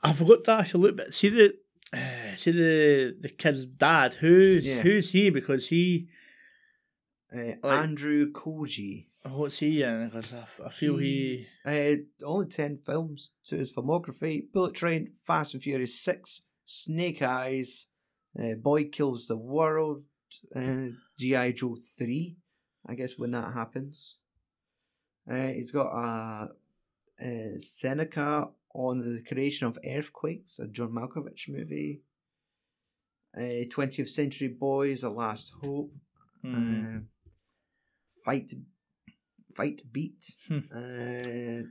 I forgot to actually look, but see the see the the kid's dad. Who's
Yeah.
who's he? Because he
Uh,
Like-
Andrew Koji.
what's he in? Because I, I feel he
He's, uh, only 10 films to his filmography Bullet Train, Fast and Furious 6, Snake Eyes, uh, Boy Kills the World, uh, G.I. Joe 3, I guess when that happens. Uh, he's got a, uh Seneca on the creation of Earthquakes, a John Malkovich movie. Uh, 20th Century Boys, A Last Hope,
hmm,
uh, fight, fight beat.
Hmm.
uh,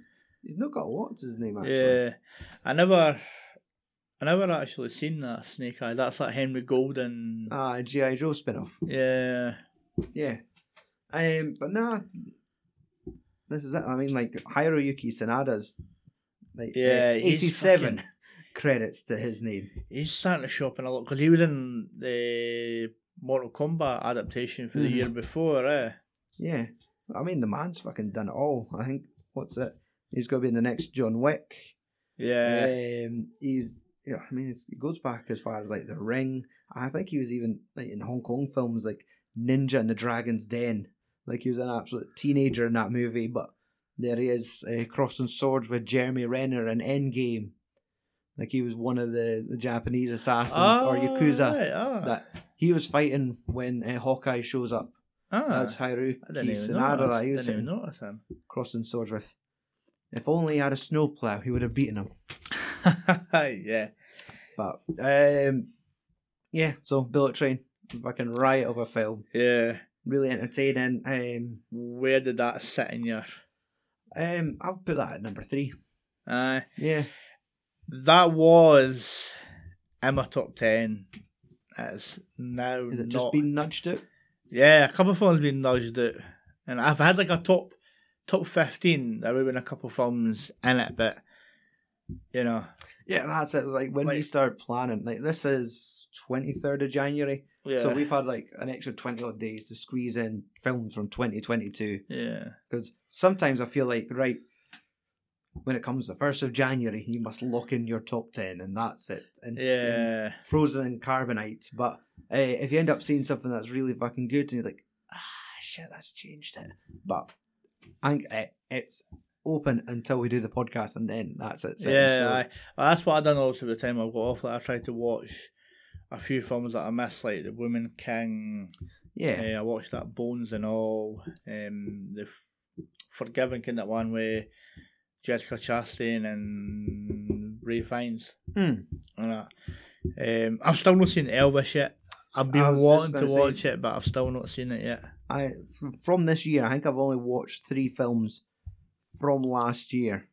he's not got a lot to his name actually.
yeah. I never. I never actually seen that Snake Eye. That's that Henry Golden.
Ah, GI Joe spin-off.
Yeah.
Yeah. Um, but nah, this is it. I mean, like Hiroyuki Sanada's like uh,
Yeah, he's
eighty-seven
fucking-
credits to his name.
He's starting to show up in a lot because he was in the Mortal Kombat adaptation for the
Mhm.
year before, eh?
Yeah, I mean the man's fucking done it all. I think what's it? He's gonna be in the next John Wick.
Yeah.
Um, he's yeah, I mean, it's, it goes back as far as like The Ring. I think he was even like in Hong Kong films like Ninja and the Dragon's Den. Like he was an absolute teenager in that movie, but there he is uh, crossing swords with Jeremy Renner in Endgame. Like he was one of the, the Japanese assassins or
Oh,
yakuza
right, ah,
that he was fighting when uh, Hawkeye shows up.
ah.
That's Hiroki
I didn't even
Sanada
notice.
that he
Didn't
was
even
sitting
notice him.
crossing swords with. If only he had a snowplow, he would have beaten him.
yeah.
But um, yeah, so Bullet Train, fucking riot of a film,
Yeah.
really entertaining. Um,
Where did that sit in your?
um, I'll put that at number three.
Aye.
Yeah,
that was in my top ten. It's now
is it
not.
just been nudged out?
Yeah, a couple of films been nudged out, and I've had like a top top fifteen. There would have been a couple of films in it, but You know,
Yeah, that's it. Like when we
Like-
started planning, like this is twenty third of January,
yeah,
so we've had like an extra twenty odd days to squeeze in films from twenty twenty two.
yeah,
Because sometimes I feel like right when it comes to the first of January, you must lock in your top ten, and that's it. And, and
yeah,
frozen in carbonite. But uh, if you end up seeing something that's really fucking good, and you're like, ah, shit, that's changed it. But I think it, it's open until we do the podcast, and then that's it. set in
yeah.
stone.
aye. Well, that's what I done also the time I got off. Like I tried to watch a few films that I missed, like The Woman King.
yeah.
Eh, I watched that Bones and all. Um, the F- Forgiven kind that one with Jessica Chastain and Ray Fiennes.
Hmm.
And that. Um, I've still not seen Elvis yet. I've
I
been
was just
wanting to
gonna say-
watch it, but I've still not seen it yet.
I f- from this year, I think I've only watched three films from last year,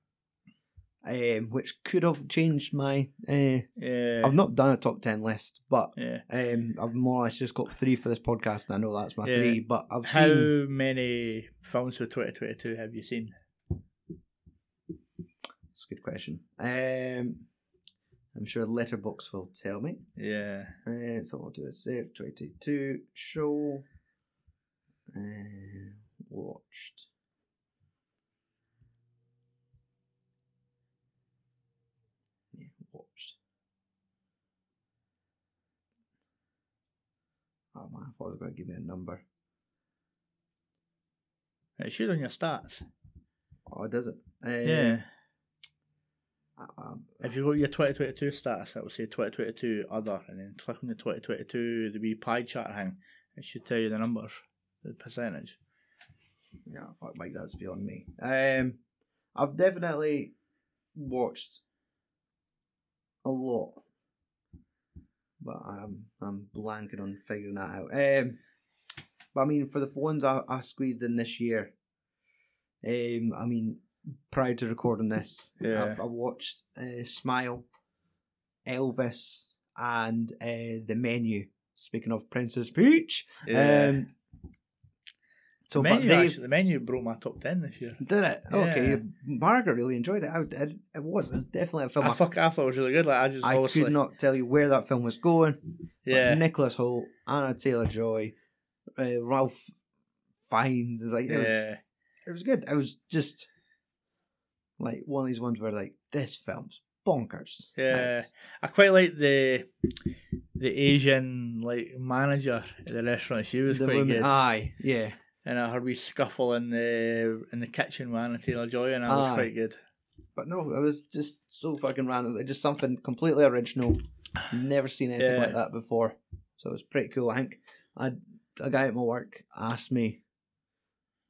um, which could have changed my. Uh,
Yeah.
I've not done a top ten list, but
yeah.
um, I've more or less just got three for this podcast, and I know that's my
Yeah.
three. But I've
How
seen
many films for 2022 have you seen?
That's a good question. Um, I'm sure Letterbox will tell me.
Yeah.
Uh, so I'll do it. Save 22 show. Uh, watched. Yeah, watched. Oh man, I thought it was going to give me a number.
It should on your stats. Eh,
Oh, it doesn't. Um, Uh,
yeah.
I- I'm-
If you go to your 2022 status, it will say 2022 other, and then click on the 2022, the wee pie chart thing. It should tell you the numbers, the percentage.
Yeah, fuck Mike, that's beyond me. Um, I've definitely watched a lot, but I'm I'm blanking on figuring that out. Um, but I mean, for the ones I, I squeezed in this year, um, I mean, prior to recording this,
Yeah.
I've, I watched uh, Smile, Elvis, and uh, The Menu. Speaking of Princess Peach, um, so but
the, menu,
they've-
actually, the menu broke my top 10 this year.
did it? Okay.
Yeah.
Margaret really enjoyed it. I, I- it was. It was definitely a film.
I, fuck, I thought it was really good. Like, I just
I
obviously.
could not tell you where that film was going.
yeah.
Nicholas Holt, Anna Taylor Joy, uh, Ralph Fiennes. It's like it, was,
yeah.
it was good. It was just like one of these ones where like this film's bonkers.
Yeah.
It's-
I quite like the the Asian like manager at the ah. restaurant. She was
the
quite
woman,
good.
aye, yeah.
and I heard we scuffle in the in the kitchen with Anna Taylor Joy, and I was
Aye.
quite good.
But no, it was just so fucking random. Like, just something completely original. Never seen anything
Yeah.
like that before. So it was pretty cool. I think I, a guy at my work asked me,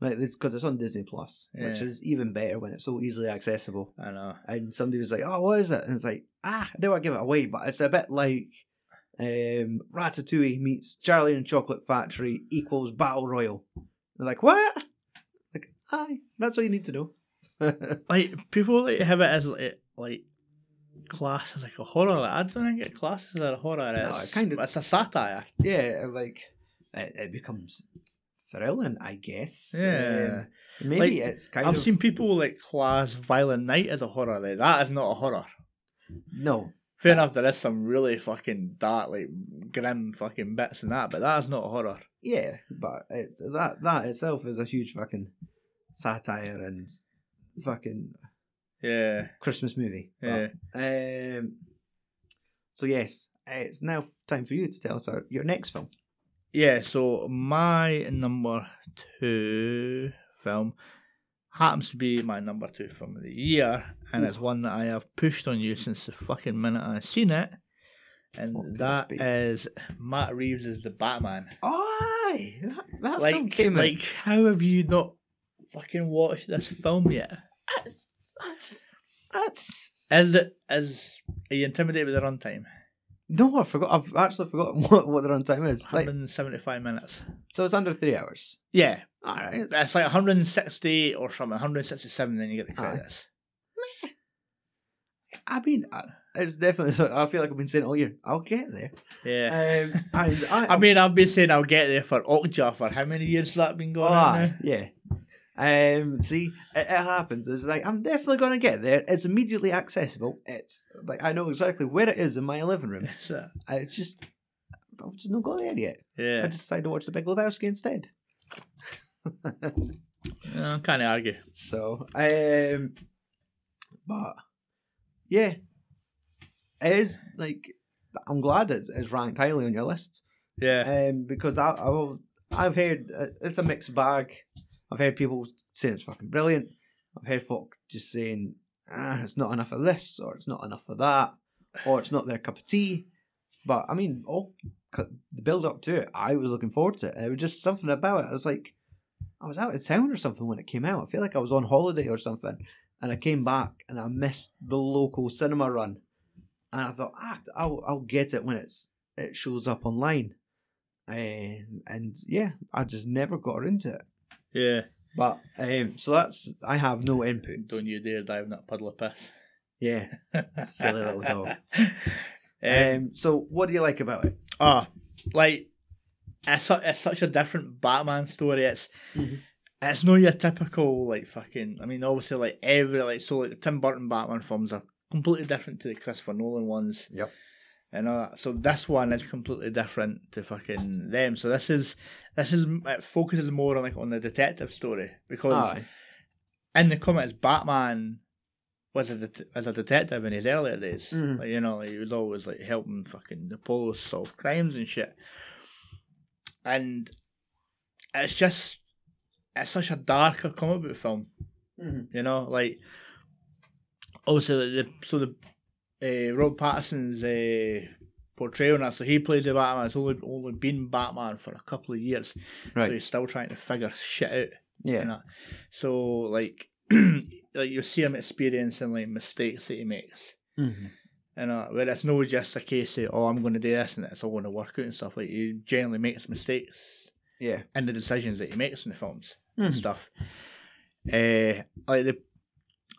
like, because it's on Disney Plus, which
Yeah.
is even better when it's so easily accessible.
I know.
And somebody was like, "Oh, what is it?" And it's like, "Ah, I don't want to give it away, but it's a bit like um, Ratatouille meets Charlie and Chocolate Factory equals Battle Royal." They're like, "What?" Like, aye, that's all you need to know.
Like people like have it as like, like class as like a horror. Like, I don't think it classes as a horror. It's,
it kind of-
it's a satire.
yeah, like it, it becomes thrilling, I guess.
Yeah.
Um, maybe
Like,
it's kind
I've
of
seen people like class Violent Night as a horror. Like, that is not a horror.
no.
Fair enough,
That's-
there is some really fucking dark, like grim fucking bits in that, but that is not a horror.
Yeah, but it, that that itself is a huge fucking satire and fucking
Yeah,
Christmas movie. But,
yeah.
um. So yes, it's now f- time for you to tell us our, your next film.
Yeah, so my number two film happens to be my number two film of the year, and it's one that I have pushed on you since the fucking minute I seen it,
What could
and
this
that
be?
is Matt Reeves as the Batman.
Aye, that, that film
Like,
came
like, how have you not fucking watched this film yet?
out. That's, that's that's
Is it is are you intimidated with the runtime?
no, I forgot. I've actually forgotten what what the runtime is. Like,
175 minutes.
so it's under three hours.
Yeah,
All right, it's-
it's like 160 or something, 167. Then you get the
Aye.
credits.
I mean, I- it's definitely. so- I feel like I've been saying all year. I'll get there.
Yeah.
Um, and I,
I mean, I've been saying I'll get there for Okja for how many years has that been going
ah,
on now?
yeah. Um, see, it, it happens. It's like I'm definitely going to get there. It's immediately accessible. It's like I know exactly where it is in my living room.
So,
I it's just I've just not got there yet. I
yeah,
just decided to watch The Big Lebowski instead.
Uh, can't argue.
So, um, but yeah, it is like I'm glad it is ranked highly on your list.
Yeah,
um, because I, I've I've heard uh, it's a mixed bag. I've heard people saying it's fucking brilliant. I've heard folk just saying ah, it's not enough of this, or it's not enough of that, or it's not their cup of tea. But I mean, all cu- the build up to it, I was looking forward to it. It was just something about it. I was like, I was out of town or something when it came out. I feel like I was on holiday or something, and I came back and I missed the local cinema run. And I thought, ah, I'll, I'll get it when it's it shows up online um, and yeah, I just never got into it.
yeah.
But um, so that's I have no input.
Don't you dare dive in that puddle of piss.
Yeah. Silly little dog.
Um,
Um, so what do you like about it?
ah, like it's, su- it's such a different Batman story. It's
Mhm.
it's not your typical like fucking. I mean, obviously, like every like so like the Tim Burton Batman films are completely different to the Christopher Nolan ones.
Yep.
And all that. So this one is completely different to fucking them. So this is this is it focuses more on like on the detective story because
Aye.
in the comics, Batman was a det- as a detective in his earlier days.
Mhm.
Like, you know, like, he was always like helping fucking the police solve crimes and shit. And it's just it's such a darker comic book film.
Mhm.
You know, like also the so the uh, Rob Patterson's uh, portrayal on that. So he played the Batman. He's only only been Batman for a couple of years,
Right.
so he's still trying to figure shit out.
Yeah.
You know? So like like you see him experiencing like mistakes that he makes.
Mhm.
You know, where it's not just a case of oh I'm gonna do this and it's all gonna work out and stuff. Like he generally makes mistakes
Yeah.
in the decisions that he makes in the films and
Mhm.
stuff. Uh like the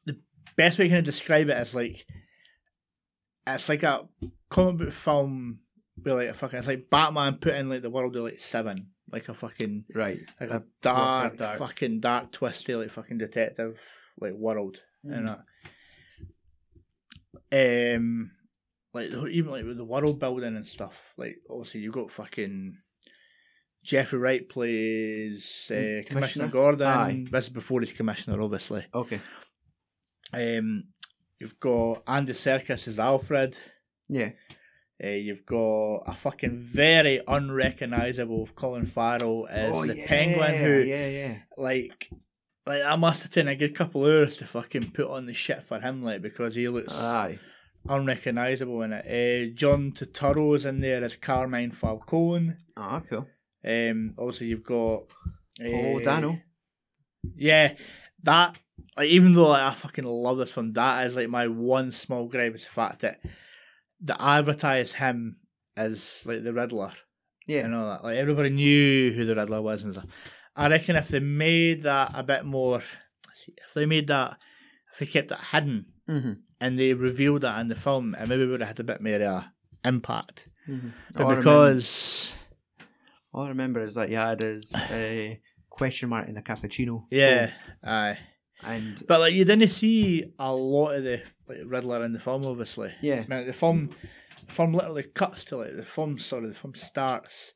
the best way I can describe it is like it's like a comic book film where like a fucking it's like Batman put in like the world of like seven. Like a fucking
Right.
like
Uh,
a dark,
dark.
fucking dark, twisty, like fucking detective, like world,
Mm-hmm.
and uh,
Mm.
that. Um, like the- even like with the world building and stuff. Like obviously you got fucking Jeffrey Wright plays uh,
He's
Commissioner
commissioner?
Gordon.
Aye.
This is before he's commissioner, obviously.
Okay.
Um, you've got Andy Serkis as Alfred.
Yeah.
Uh, you've got a fucking very unrecognisable Colin Farrell as
oh,
the
yeah,
Penguin, who
Yeah. Yeah.
like like I must have taken a good couple of hours to fucking put on the shit for him, like because he looks
Aye.
unrecognisable in it. Uh, John Turturro's in there as Carmine Falcone.
Ah, cool.
Um, also you've got uh,
oh, Dano.
Yeah, that like even though like, I fucking love this one, that is like my one small gripe is the fact that they advertised him as like the Riddler
Yeah.
and all that. Like everybody knew who the Riddler was and stuff. I reckon if they made that a bit more, if they made that, if they kept that hidden
Mhm.
and they revealed that in the film, and maybe would have had a bit more uh, impact.
Mhm. All I
But
remember-
because
all I remember is that you had is a question mark in a cappuccino.
yeah,
form,
aye.
And
But like you didn't see a lot of the like Riddler in the film, obviously.
yeah.
Now the film, the film literally cuts to like the film. Sorry, the film starts.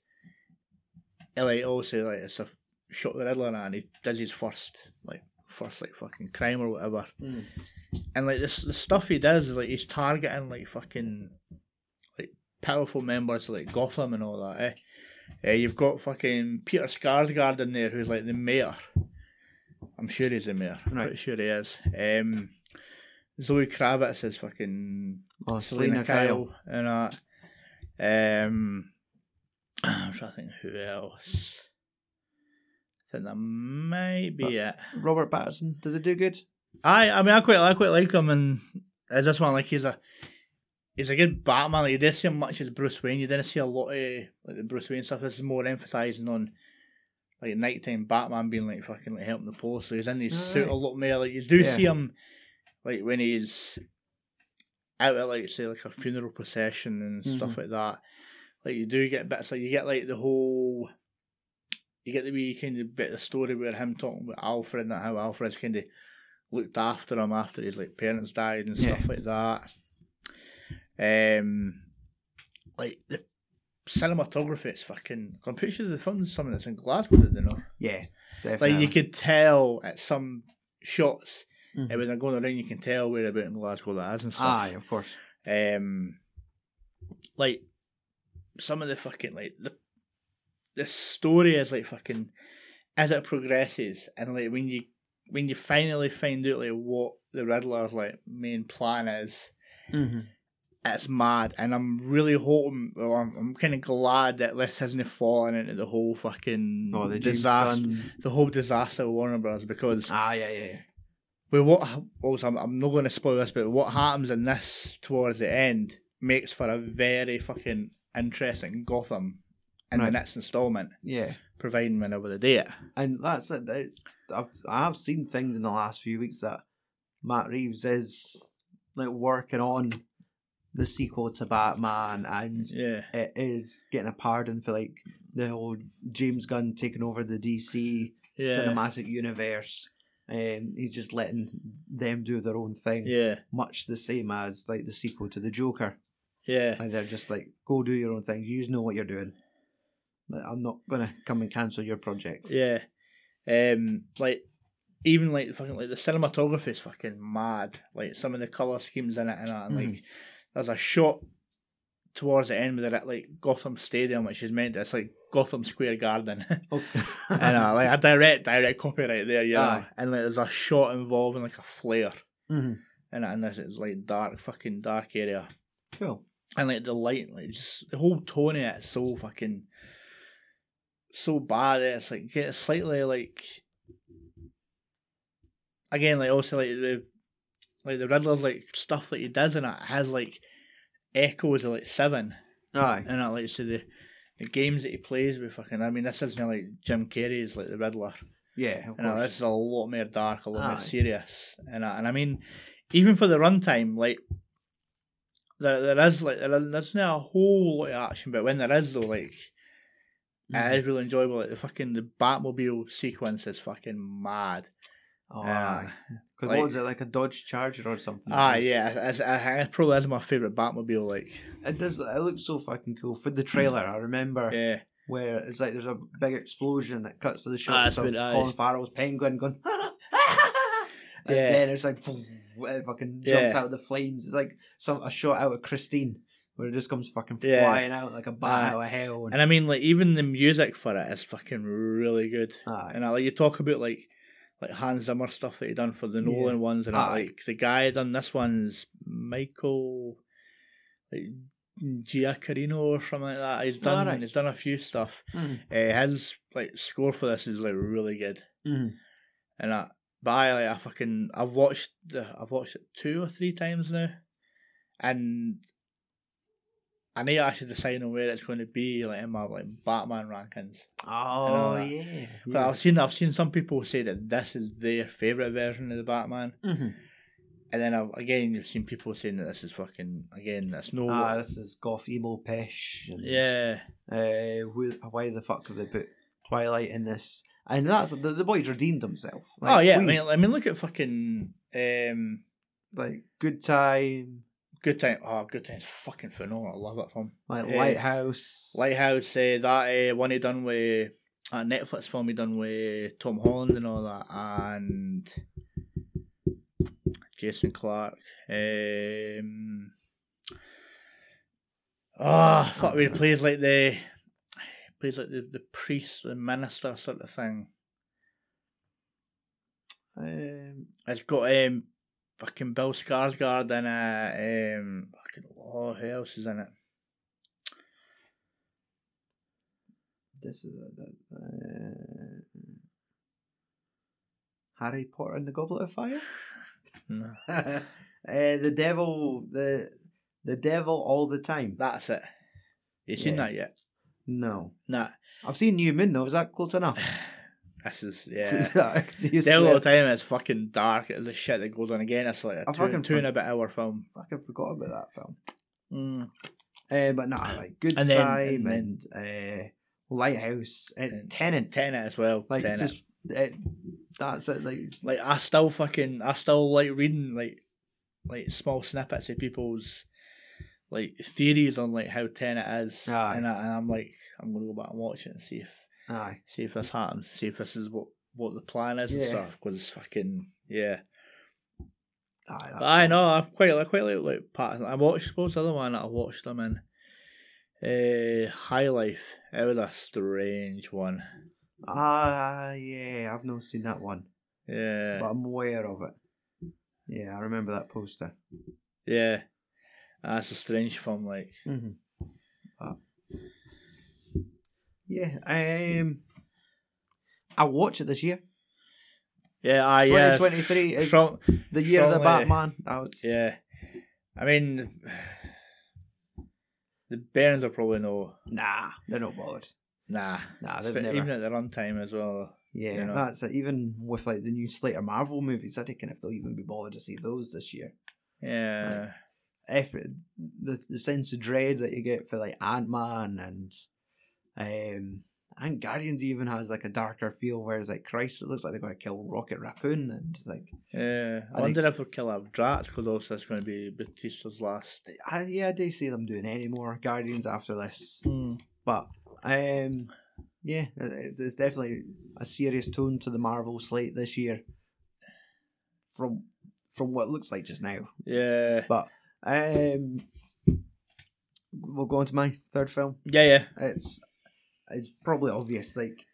and, Like obviously, like it's a shot of the Riddler and he does his first like first like fucking crime or whatever.
Mm.
And like this, the stuff he does is like he's targeting like fucking like powerful members of, like Gotham and all that. Eh? Eh, you've got fucking Peter Skarsgård in there, who's like the mayor. I'm sure he's the mayor. I'm
Right.
pretty sure he is. Um, Zoe Kravitz is fucking
Oh,
Selena
Selena
Kyle,
Kyle.
and that. Um, I'm trying to think who else. I think that might be it.
Robert Patterson. Does it do good?
I I mean I quite I quite like him, and as this one like he's a he's a good Batman. Like, you didn't see him much as Bruce Wayne. You didn't see a lot of like the Bruce Wayne stuff. This is more emphasising on. Like nighttime Batman being like fucking like helping the police, so he's in his suit a
Aye.
lot more. Like you do
Yeah.
see him, like when he's out at like say like a funeral
Mm-hmm.
procession and stuff like that. Like you do get bits like you get like the whole you get the wee kind of bit of the story where him talking about Alfred and how Alfred's kind of looked after him after his like parents died and
Yeah.
stuff like that. Um, like the cinematography is fucking. I'm pretty sure they filmed some of this in Glasgow, did they not?
Yeah,
Like
definitely.
you could tell at some shots,
Mhm.
and when they're going around, you can tell where about in Glasgow that is and stuff
Aye, of course.
um like some of the fucking like the the story is like fucking as it progresses and like when you when you finally find out like what the Riddler's like main plan is,
Mm-hmm.
it's mad, and I'm really hoping, or I'm, I'm kind of glad that this hasn't fallen into the whole fucking
Oh, the James
disaster,
Gunn-
the whole disaster with Warner Brothers because
Ah, yeah, yeah, yeah.
well, what? Also, I'm, I'm not going to spoil this, but what happens in this towards the end makes for a very fucking interesting Gotham in the
Right.
next instalment,
Yeah,
providing when over the date.
and that's it. It's, I've I've seen things in the last few weeks that Matt Reeves is like working on the sequel to Batman, and
Yeah,
it is getting a pardon for like the whole James Gunn taking over the DC
Yeah.
cinematic universe. Um, he's just letting them do their own thing,
yeah,
much the same as like the sequel to the Joker.
yeah,
Like they're just like, go do your own thing. You just know what you're doing. Like, I'm not gonna come and cancel your projects.
yeah. Um, like even like fucking like the cinematography is fucking mad. Like some of the color schemes in it and that, and
Mhm.
like there's a shot towards the end where they're at like Gotham Stadium, which is meant it's like Gotham Square Garden.
Oh.
and uh, like a direct direct copyright there, yeah.
Aye.
And like there's a shot involving like a flare Mm-hmm.
Mhm.
in it, and this is like dark fucking dark area,
Cool.
and like the light, like just the whole tone of it's so fucking so bad. It's like get slightly like again like also like the like the Riddler's like stuff that he does in it has like echoes of like Seven
Aye.
and it like so the. The games that he plays with, fucking. I mean, this isn't like Jim Carrey's like the Riddler.
Yeah, of
You know, this
course.
is a lot more dark, a lot more
Aye.
serious, and I, and I mean, even for the runtime, like there there is like there is, there's not a whole lot of action, but when there is though, like
Mm-hmm.
it is really enjoyable. Like the fucking the Batmobile sequence is fucking mad.
Oh,
Uh,
aye. 'Cause
like-
what was it like a Dodge Charger or something?
ah,
It's-
yeah, it's, it's, it probably is my favorite Batmobile. Like,
It does. It looks so fucking cool. For the trailer, I remember
yeah,
where it's like there's a big explosion that cuts to the
Ah,
shots
it's
of
been- aye,
Colin
it's-
Farrell's penguin going. And
Yeah.
then it's like boom, it fucking jumps
Yeah.
out of the flames. It's like some a shot out of Christine where it just comes fucking
Yeah. Ah.
flying out like a bat out of hell. And,
and I mean, like even the music for it is fucking really good.
aye.
And I like you talk about like like Hans Zimmer stuff that he done for the
Yeah.
Nolan ones, and I,
Aye.
like the guy done this one's Michael like Giacchino or something like that. He's done
Alright.
he's done a few stuff.
Mhm.
Uh, his like score for this is like really good,
Mhm.
Mm-hmm. and I but I like I fucking I've watched the I've watched it two or three times now, and. I need to actually decide on where it's going to be, like in my like Batman rankings.
Oh
that.
yeah.
But I've seen I've seen some people say that this is their favorite version of the Batman,
hmm
and then I've, again you've seen people saying that this is fucking again that's no
Ah, this is Goth emo pish. and-
Oh. yeah
Uh, wh- why the fuck did they put Twilight in this? And that's the, the boy's redeemed himself.
oh yeah I
we-
mean I mean look at fucking um
like good time,
Good Time oh Good Time's fucking phenomenal I love it film
like
Yeah.
lighthouse,
Lighthouse uh, that uh, one he done with a Netflix film he done with Tom Holland and all that and Jason Clark um oh fuck he plays like the plays like the, the priest the minister sort of thing
Um,
it's got um fucking Bill Skarsgård in it um fucking oh who else is in it
this is a, uh, Harry Potter and the Goblet of Fire.
no.
uh, the devil, the the devil all the time.
that's it you seen
Yeah.
that yet
No,
nah
I've seen New Moon though. Is that close enough?
this is yeah
You
Devil
swear.
All the Time is fucking dark. It's the shit that goes on again. It's like a
I
two,
fucking
two and
for-
a bit hour film.
fucking forgot about that film.
Mm.
Uh, but nah, like good
And then-
time
and
and, uh, Lighthouse, and
And
Tenant.
Tenet as well.
Like
Tenet.
just it, that's it. Like
like I still fucking I still like reading like like small snippets of people's like theories on like how Tenet is,
Aye.
and, I, and I'm like I'm gonna go back and watch it and see if
aye,
see if this happens, see if this is what what the plan is
Yeah.
and stuff. Because fucking yeah,
aye.
but
that-
I know I quite I quite like like Pattinson. I watched what was the other one that I watched them in. Uh, High Life. It was a strange one.
Ah, yeah, I've not seen that one,
Yeah.
but I'm aware of it. Yeah, I remember that poster.
Yeah. That's a strange film, like
Mm-hmm. yeah, um, I'll watch it this year.
Yeah, I yeah.
2023 is-
Strong-
The year of the
Surely-
Batman. I was,
yeah, I mean, the Bairns are probably no
Nah, they're not bothered.
nah.
Nah, they've
Even
never.
at the runtime as well.
yeah,
you know.
that's it. Even with like the new slate of Marvel movies, I don't know if they'll even be bothered to see those this year.
Yeah,
If the the sense of dread that you get for like Ant Man and um I think Guardians even has like a darker feel where it's like Christ, it looks like they're gonna kill Rocket Raccoon and it's like
yeah. I,
I think-
wonder if they'll kill out Drax because also that's going to be Batista's last.
I yeah, I do see them doing any more Guardians after this. But um, yeah, it's, it's definitely a serious tone to the Marvel slate this year. From from what it looks like just now,
Yeah,
but um, we'll go on to my third film.
yeah, yeah.
It's it's probably obvious. Like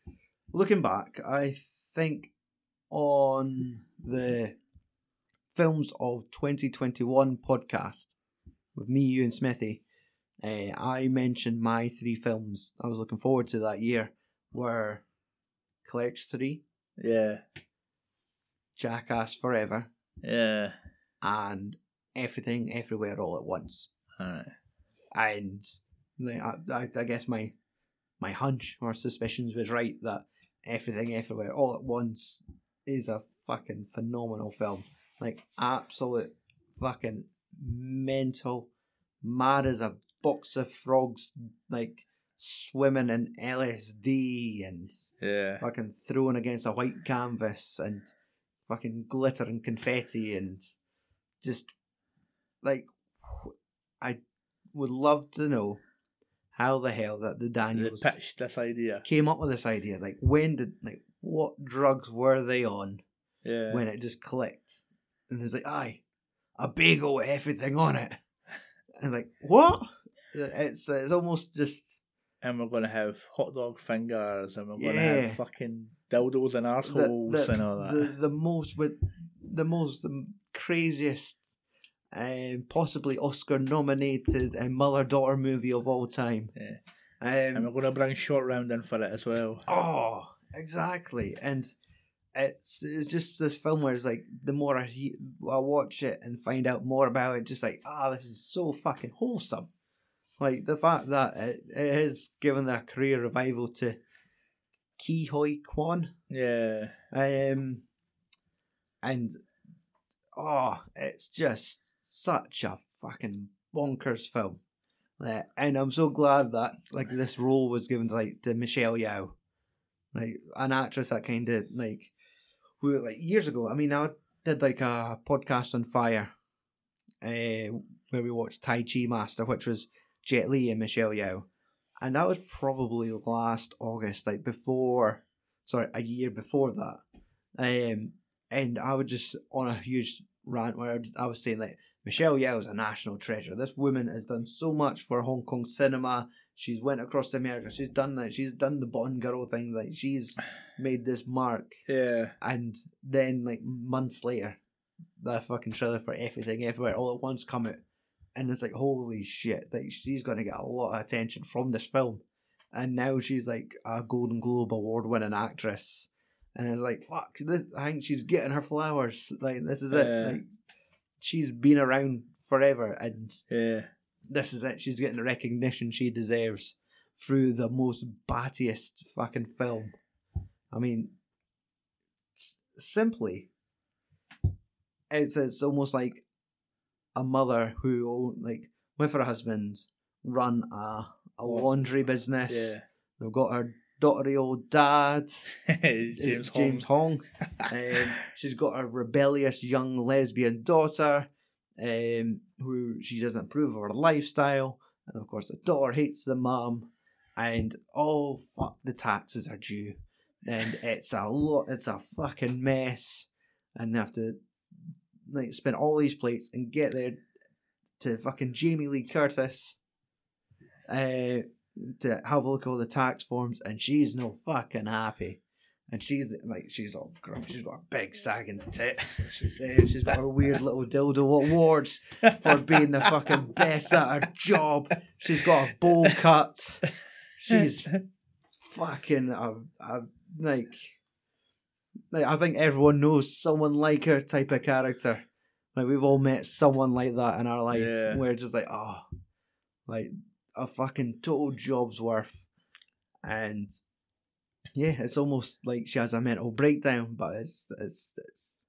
looking back, I think on the films of 2021 podcast with me, you, and Smithy, uh, I mentioned my three films I was looking forward to that year were Clerks Three,
Yeah,
Jackass Forever,
yeah.
and Everything Everywhere All at Once.
All right.
and like, I, I, I guess my my hunch or suspicions was right that everything everywhere all at once is a fucking phenomenal film like absolute fucking mental mad as a box of frogs like swimming in lsd and
Yeah,
fucking thrown against a white canvas and fucking glitter and confetti and just like I would love to know how the hell that the
they
Daniels
pitched this idea.
came up with this idea. Like when did like what drugs were they on
Yeah,
when it just clicked? And it's like, aye, a bagel with everything on it. And like, what? It's it's almost just
and we're gonna have hot dog fingers, and we're gonna
Yeah.
have fucking dildos and arseholes and all that.
The, the most with the most um, craziest, um, possibly Oscar nominated uh, mother daughter movie of all time.
Yeah.
Um,
and we're gonna bring short round in for it as well.
oh, exactly, and. It's, it's just this film where it's like the more I, he- I watch it and find out more about it, just like ah, this is so fucking wholesome. Like the fact that it, it has given a career revival to Ki Hoi Kwan,
Yeah,
um, and oh, it's just such a fucking bonkers film. Uh, and I'm so glad that like this role was given to like to Michelle Yao, like an actress that kind of like who like years ago. I mean, I did like a podcast on Fire, uh, where we watched Tai Chi Master, which was Jet Li and Michelle Yao, and that was probably last August, like before sorry, a year before that. Um, and I was just on a huge rant where I was- I was saying like Michelle Yeoh is a national treasure. This woman has done so much for Hong Kong cinema. She's went across to America. She's done that. She's done the Bond girl thing. Like she's made this mark.
yeah,
And then like months later, the fucking trailer for everything everywhere all at once come out, and it's like holy shit! Like she's gonna get a lot of attention from this film, and now she's like a Golden Globe award winning actress, and it's like fuck! This I think she's getting her flowers. Like this is it.
Yeah.
Like she's been around forever, and
yeah,
this is it. She's getting the recognition she deserves through the most battiest fucking film. I mean, s- simply, it's it's almost like a mother who like with her husband run a, a
Wa-
laundry business
yeah,
They've got her dottery old dad,
James,
James Hong.
Hong.
Um, she's got a rebellious young lesbian daughter um, who she doesn't approve of her lifestyle. And of course, the daughter hates the mum. And oh, fuck, the taxes are due. And it's a lot, it's a fucking mess. And they have to like, spin all these plates and get there to fucking Jamie Lee Curtis uh, to have a look at all the tax forms. And she's no fucking happy. And she's like, she's all grump. She's got big sagging tits. She's there. She's got her weird little dildo awards for being the fucking best at her job. She's got a bowl cut. She's fucking a, a like, like I think everyone knows someone like her type of character. Like we've all met someone like that in our life.
Yeah.
We're just like, oh, like a fucking total job's worth, and yeah, it's almost like she has a mental breakdown, but it's it's it's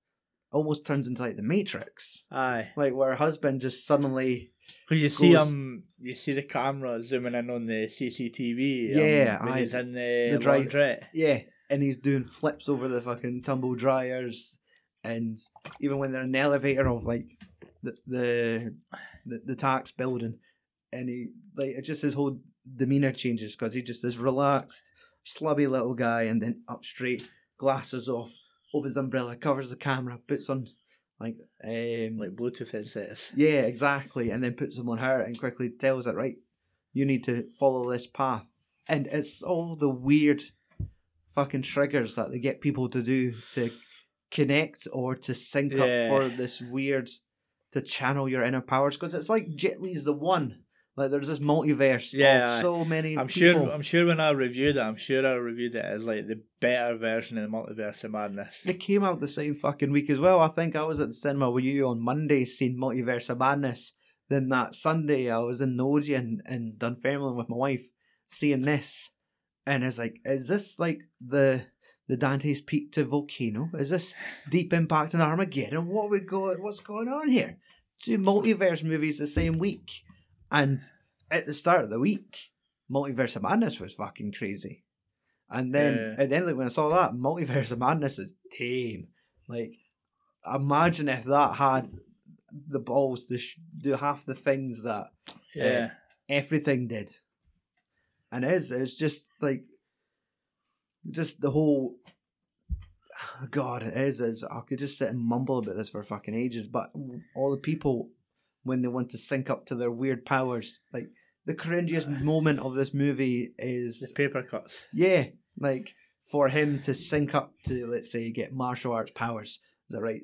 almost turns into like the Matrix,
Aye,
like where her husband just suddenly
because you see
Goes-
um, you see the camera zooming in on the CCTV.
Yeah,
um, when
aye.
he's in the,
The dry-
laundrette.
yeah, and he's doing flips over the fucking tumble dryers, and even when they're in the elevator of like the the the, the tax building, and he like it just his whole demeanor changes because he just is relaxed, slubby little guy, and then up straight, glasses off, opens umbrella, covers the camera, puts on like um
like Bluetooth headsets.
Yeah, exactly. And then puts them on her and quickly tells her, right, you need to follow this path. And it's all the weird fucking triggers that they get people to do to connect or to sync
Yeah.
up for this weird to channel your inner powers because it's like Jet Li's the one. Like there's this multiverse
Yeah,
of so many
I'm
people.
sure. I'm sure when I reviewed it, I'm sure I reviewed it as like the better version of the multiverse of madness.
They came out the same fucking week as well. I think I was at the cinema with you on Monday seeing Multiverse of Madness. Then that Sunday I was in the Odeon in Dunfermline with my wife seeing this. And I was like, is this like the the Dante's Peak to Volcano? Is this Deep Impact and Armageddon? What we got what's going on here? Two multiverse movies the same week. And at the start of the week, Multiverse of Madness was fucking crazy. And then
Yeah.
and then like when I saw that, Multiverse of Madness is tame. Like imagine if that had the balls to sh- do half the things that
Yeah,
everything did. And it is, it's just like, just the whole. God, it is, is. I could just sit and mumble about this for fucking ages, but all the people, when they want to sync up to their weird powers, like, the cringiest moment of this movie
the
is,
paper cuts.
yeah, like, for him to sync up to, let's say, get martial arts powers. Is that right?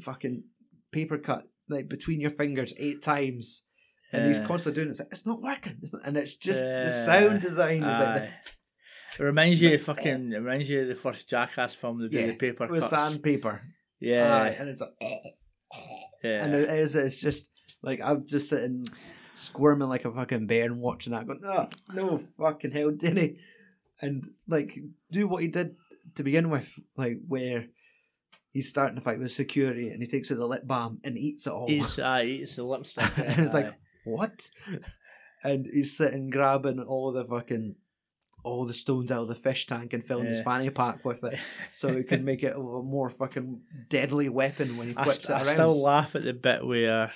Fucking paper cut, like, between your fingers eight times and he's
Yeah.
constantly doing it. It's like it's not working, it's not, and it's just
Yeah.
the sound design is like
Aye. It reminds you of fucking. It reminds you of the first Jackass film. They do
Yeah,
the paper
the, with
cuts.
sandpaper,
Yeah,
Aye, and it's like, "Oh,"
yeah.
and it is, it's just like I'm just sitting squirming like a fucking bear and watching that, going, no, no fucking hell, did he? And like do what he did to begin with, like where he's starting to fight with security and he takes out the lip balm and eats it all.
Eats, aye, eats the lipstick.
and it's like,
aye.
what? And he's sitting grabbing all the fucking all the stones out of the fish tank and filling his
Yeah.
fanny pack with it, so he can make it a more fucking deadly weapon when he
I,
whips
st- I
it around.
still laugh at the bit where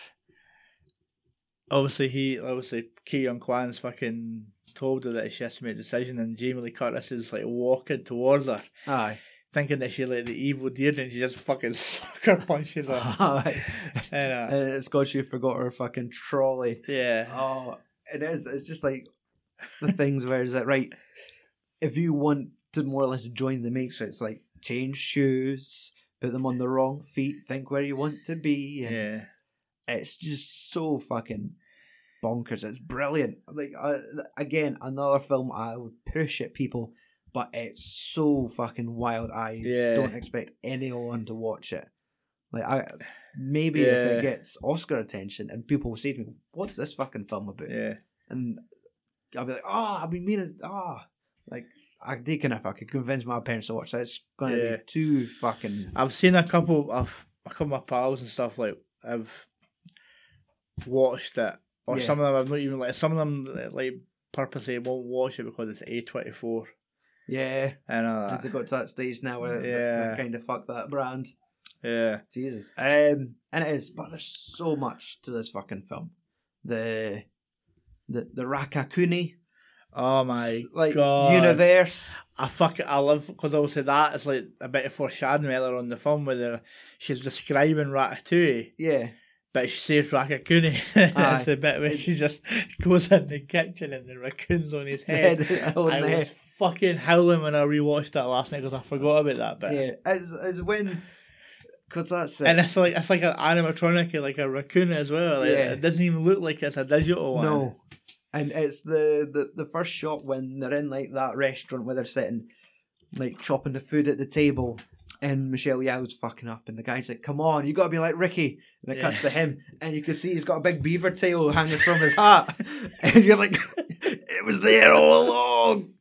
obviously he obviously Ki Young Kwan's fucking told her that she has to make a decision and Jamie Lee Curtis is like walking towards her
Aye,
thinking that she's like the evil deer and she just fucking sucker punches her
aye.
and, uh,
And it's got you forgot her fucking trolley.
yeah
Oh, it is. It's just like the things where it's like, right, if you want to more or less join the matrix, like change shoes, put them on the wrong feet, think where you want to be, and
yeah
it's just so fucking bonkers. It's brilliant. Like uh, again, another film I would push at people, but it's so fucking wild. I
Yeah.
don't expect anyone to watch it. Like I, maybe if
Yeah.
it gets Oscar attention and people will say to me, "What's this fucking film about?"
yeah
and I'll be like, "Oh, I mean, meaning, ah, like." I reckon if I could convince my parents to watch that, it's gonna
Yeah.
be too fucking.
I've seen a couple of a couple of my pals and stuff like I've watched it, or
Yeah.
some of them I've not even like some of them like purposely won't watch it because it's A twenty four
Yeah,
and uh, all
since
that.
it got to that stage now where
Yeah.
kind of fuck that brand.
yeah,
Jesus. Um, and it is, but there's so much to this fucking film. The the the Rakakuni
oh my
s- like
god,
universe.
I fuck I love because obviously that is like a bit of foreshadowing earlier on the film where they're- she's describing Ratatouille,
Yeah,
but she says Rakakuni.
Aye.
That's the bit where she just goes in the kitchen and the raccoon's on his head.
on
I
the
was fucking howling when I rewatched that last night because I forgot about that bit.
Yeah, as as when because that's it.
And it's like it's like an animatronic, like a raccoon as well. Like,
Yeah.
It doesn't even look like it's a digital one.
no, and it's the, the the first shot when they're in like that restaurant where they're sitting, like chopping the food at the table. And Michelle Yao's fucking up, and the guy's like, "Come on, you gotta be like Ricky." And it cuts
Yeah.
to him, and you can see he's got a big beaver tail hanging from his
Ah,
hat, and you're like, "It was there all along."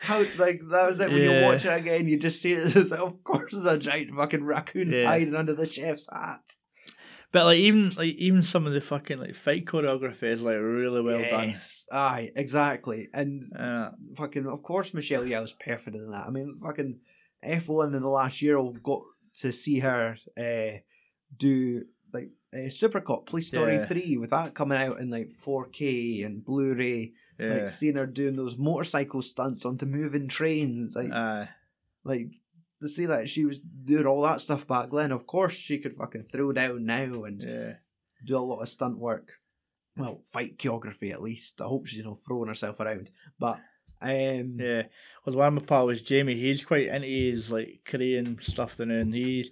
How like that was it when you
Yeah.
watch it again? You just see it as like, of course, there's a giant fucking raccoon
Yeah.
hiding under the chef's hat.
But like even like even some of the fucking like fight choreography is like really well
yes. done. Aye, exactly. And
done. Uh,
fucking, of course, Michelle Yeoh's perfect in that. I mean, fucking F1 in the last year, I got to see her uh, do like uh, Supercop Police Story
Yeah.
3 with that coming out in like 4K and Blu ray. Like
yeah.
seeing her doing those motorcycle stunts onto moving trains. Like,
Aye.
like to see that she was doing all that stuff back then, of course, she could fucking throw down now and
yeah.
do a lot of stunt work. Well, fight choreography at least. I hope she's you know throwing herself around. But um
Yeah, because one of my pal was Jamie. He's quite into his like Korean stuff, then, and he's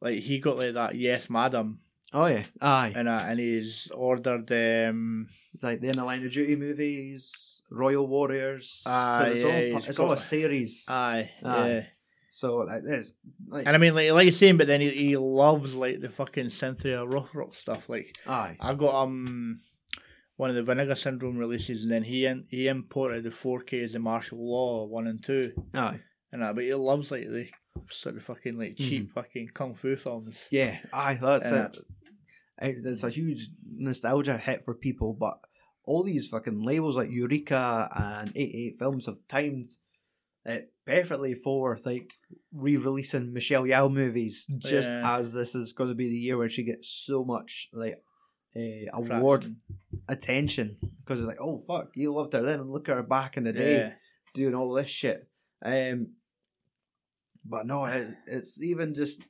like he got like that yes, madam,
oh yeah, aye.
and uh, and he's ordered um
It's like the In the Line of Duty movies, Royal Warriors.
Aye,
but it's
yeah,
all,
he's
it's all a
got-
series.
aye,
Aye.
yeah,
so like there's like
and I mean like like you're saying, but then he, he loves like the fucking Cynthia Rothrock stuff. Like
aye.
I got um one of the Vinegar Syndrome releases, and then he in, he imported the 4K as the Martial Law one and two,
Aye.
and that. But he loves like the sort of fucking like
Hmm.
cheap fucking kung fu films.
Yeah, aye, that's
Yeah. Uh,
it. it. It's a huge nostalgia hit for people, but all these fucking labels like Eureka and 88 Films have timed it perfectly for like re-releasing Michelle Yao movies, just
Yeah.
as this is going to be the year where she gets so much like uh,
Traction.
award attention because it's like, oh fuck, you loved her then, and look at her back in the day
Yeah.
doing all this shit. Um, but no, it, it's even just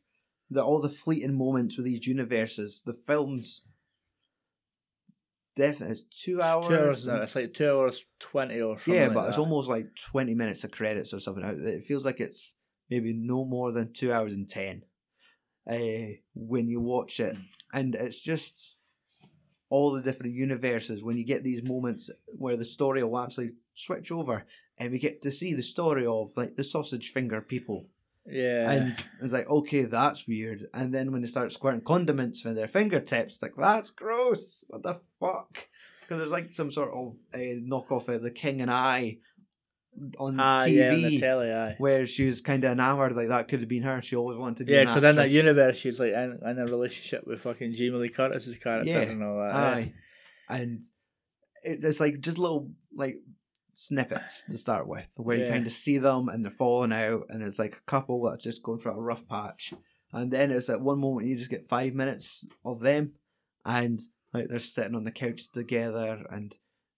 the all the fleeting moments with these universes. The films, definitely, it's two hours. uh,
two hours now.
and-
It's like two hours twenty or something.
yeah,
like
but it's
that.
almost like twenty minutes of credits or something. It feels like it's maybe no more than two hours and ten uh, when you watch
Hmm.
it, and it's just all the different universes. When you get these moments where the story will actually switch over, and we get to see the story of like the sausage finger people,
yeah.
and it's like okay, that's weird. And then when they start squirting condiments from their fingertips, like that's gross. What the fuck? Because there's like some sort of uh, knockoff of The King and I on
ah,
TV
yeah, on the telly, aye.
where she was kind of enamored, like that could have been her. She always wanted to be
Yeah,
an
because in that
actress.
universe, she's like in, in a relationship with fucking Jamie Lee Curtis's character
Yeah,
and all that. yeah.
Aye. And it- it's like just little like snippets to start with where you
Yeah.
kind of see them and they're falling out and it's like a couple that's just going through a rough patch. And then it's at one moment you just get five minutes of them and like they're sitting on the couch together and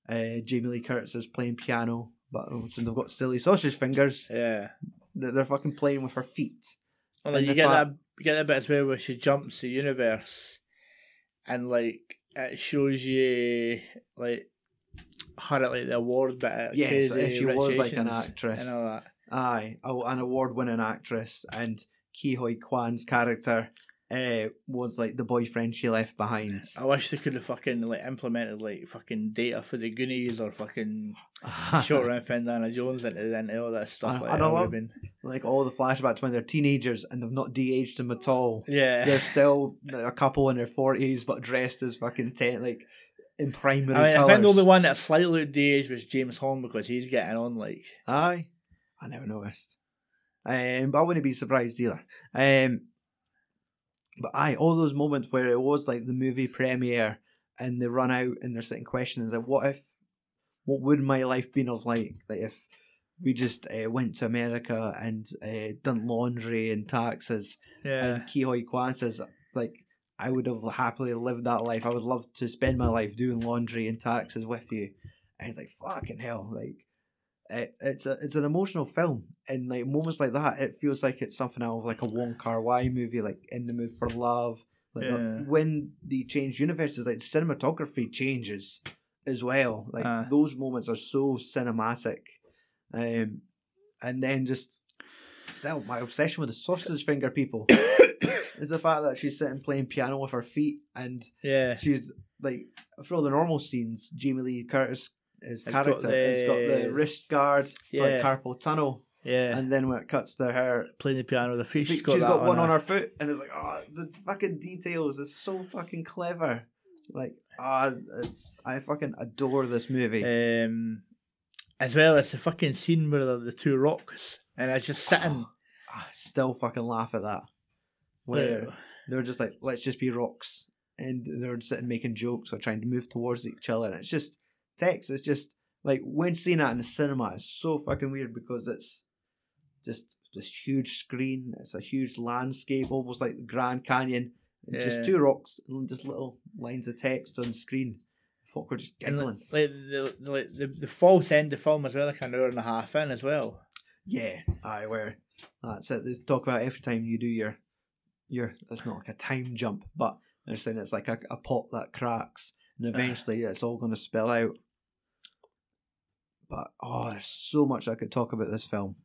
uh, Jamie Lee Curtis is playing piano. But since they've got silly sausage fingers,
Yeah.
they're they're fucking playing with her feet.
And like,
And
you
the
get
fact-
that you get that bit as well where she jumps the universe, and like it shows you like her at like the award bit. at
Yeah, so
Crazy
if she
Rich
was like an
Asians
actress,
and all that.
Aye, oh, an award-winning actress, and Kihoi Kwan's character uh, was like the boyfriend she left behind.
I wish they could have fucking like implemented like fucking data for the Goonies or fucking short round Fendana Jones into, into all that stuff.
I-
like
I
that
know
would
of-
have been
like all the flashbacks when they're teenagers and they've not de-aged them at all.
yeah.
They're still a couple in their forties, but dressed as fucking ten, like in primary
I mean,
colours.
I think the only one that slightly de-aged was James Holm because he's getting on like
Aye, I never noticed. Um, but I wouldn't be surprised either. Um, but aye, all those moments where it was like the movie premiere and they run out and they're sitting questions like, what if what would my life been of like, like if we just uh, went to America and uh, done laundry and taxes
Yeah.
and Kihoi Kwan says like I would have happily lived that life. I would love to spend my life doing laundry and taxes with you. And it's like fucking hell, like it, it's a it's an emotional film, and like moments like that, it feels like it's something out of like a Wong Kar Wai movie, like In the Mood for Love. Like uh,
Yeah.
when they change universes, like cinematography changes as well. Like
Ah.
those moments are so cinematic, um, and then just still my obsession with the sausage finger people is the fact that she's sitting playing piano with her feet and
yeah.
she's like for all the normal scenes, Jamie Lee Curtis his
Has got
character has got the
the-
wrist guard for
Yeah.
carpal tunnel.
Yeah.
And then when it cuts to her
Playing the piano with her feet.
feet,
She's got,
she's
that
got one
on
on her foot and it's like, oh the fucking details is so fucking clever. Like ah it's I fucking adore this movie.
Um, as well as the fucking scene where the, the two rocks and it's just sitting.
I still fucking laugh at that. Oh, Where they were just like, let's just be rocks. And they were sitting making jokes or trying to move towards each other. And it's just text. It's just like when seeing that in the cinema, it's so fucking weird because it's just this huge screen. It's a huge landscape, almost like the Grand Canyon. And Just
Yeah.
two rocks and just little lines of text on the screen. Fuck, we're just
And
giggling.
like, like, the, the- like the, the false end of film as well, like an hour and a half in as well.
Yeah, I where that's it. They talk about every time you do your your. It's not like a time jump, but they're saying it's like a, a pot that cracks, and eventually it's all going to spill out. But oh, there's so much I could talk about this film,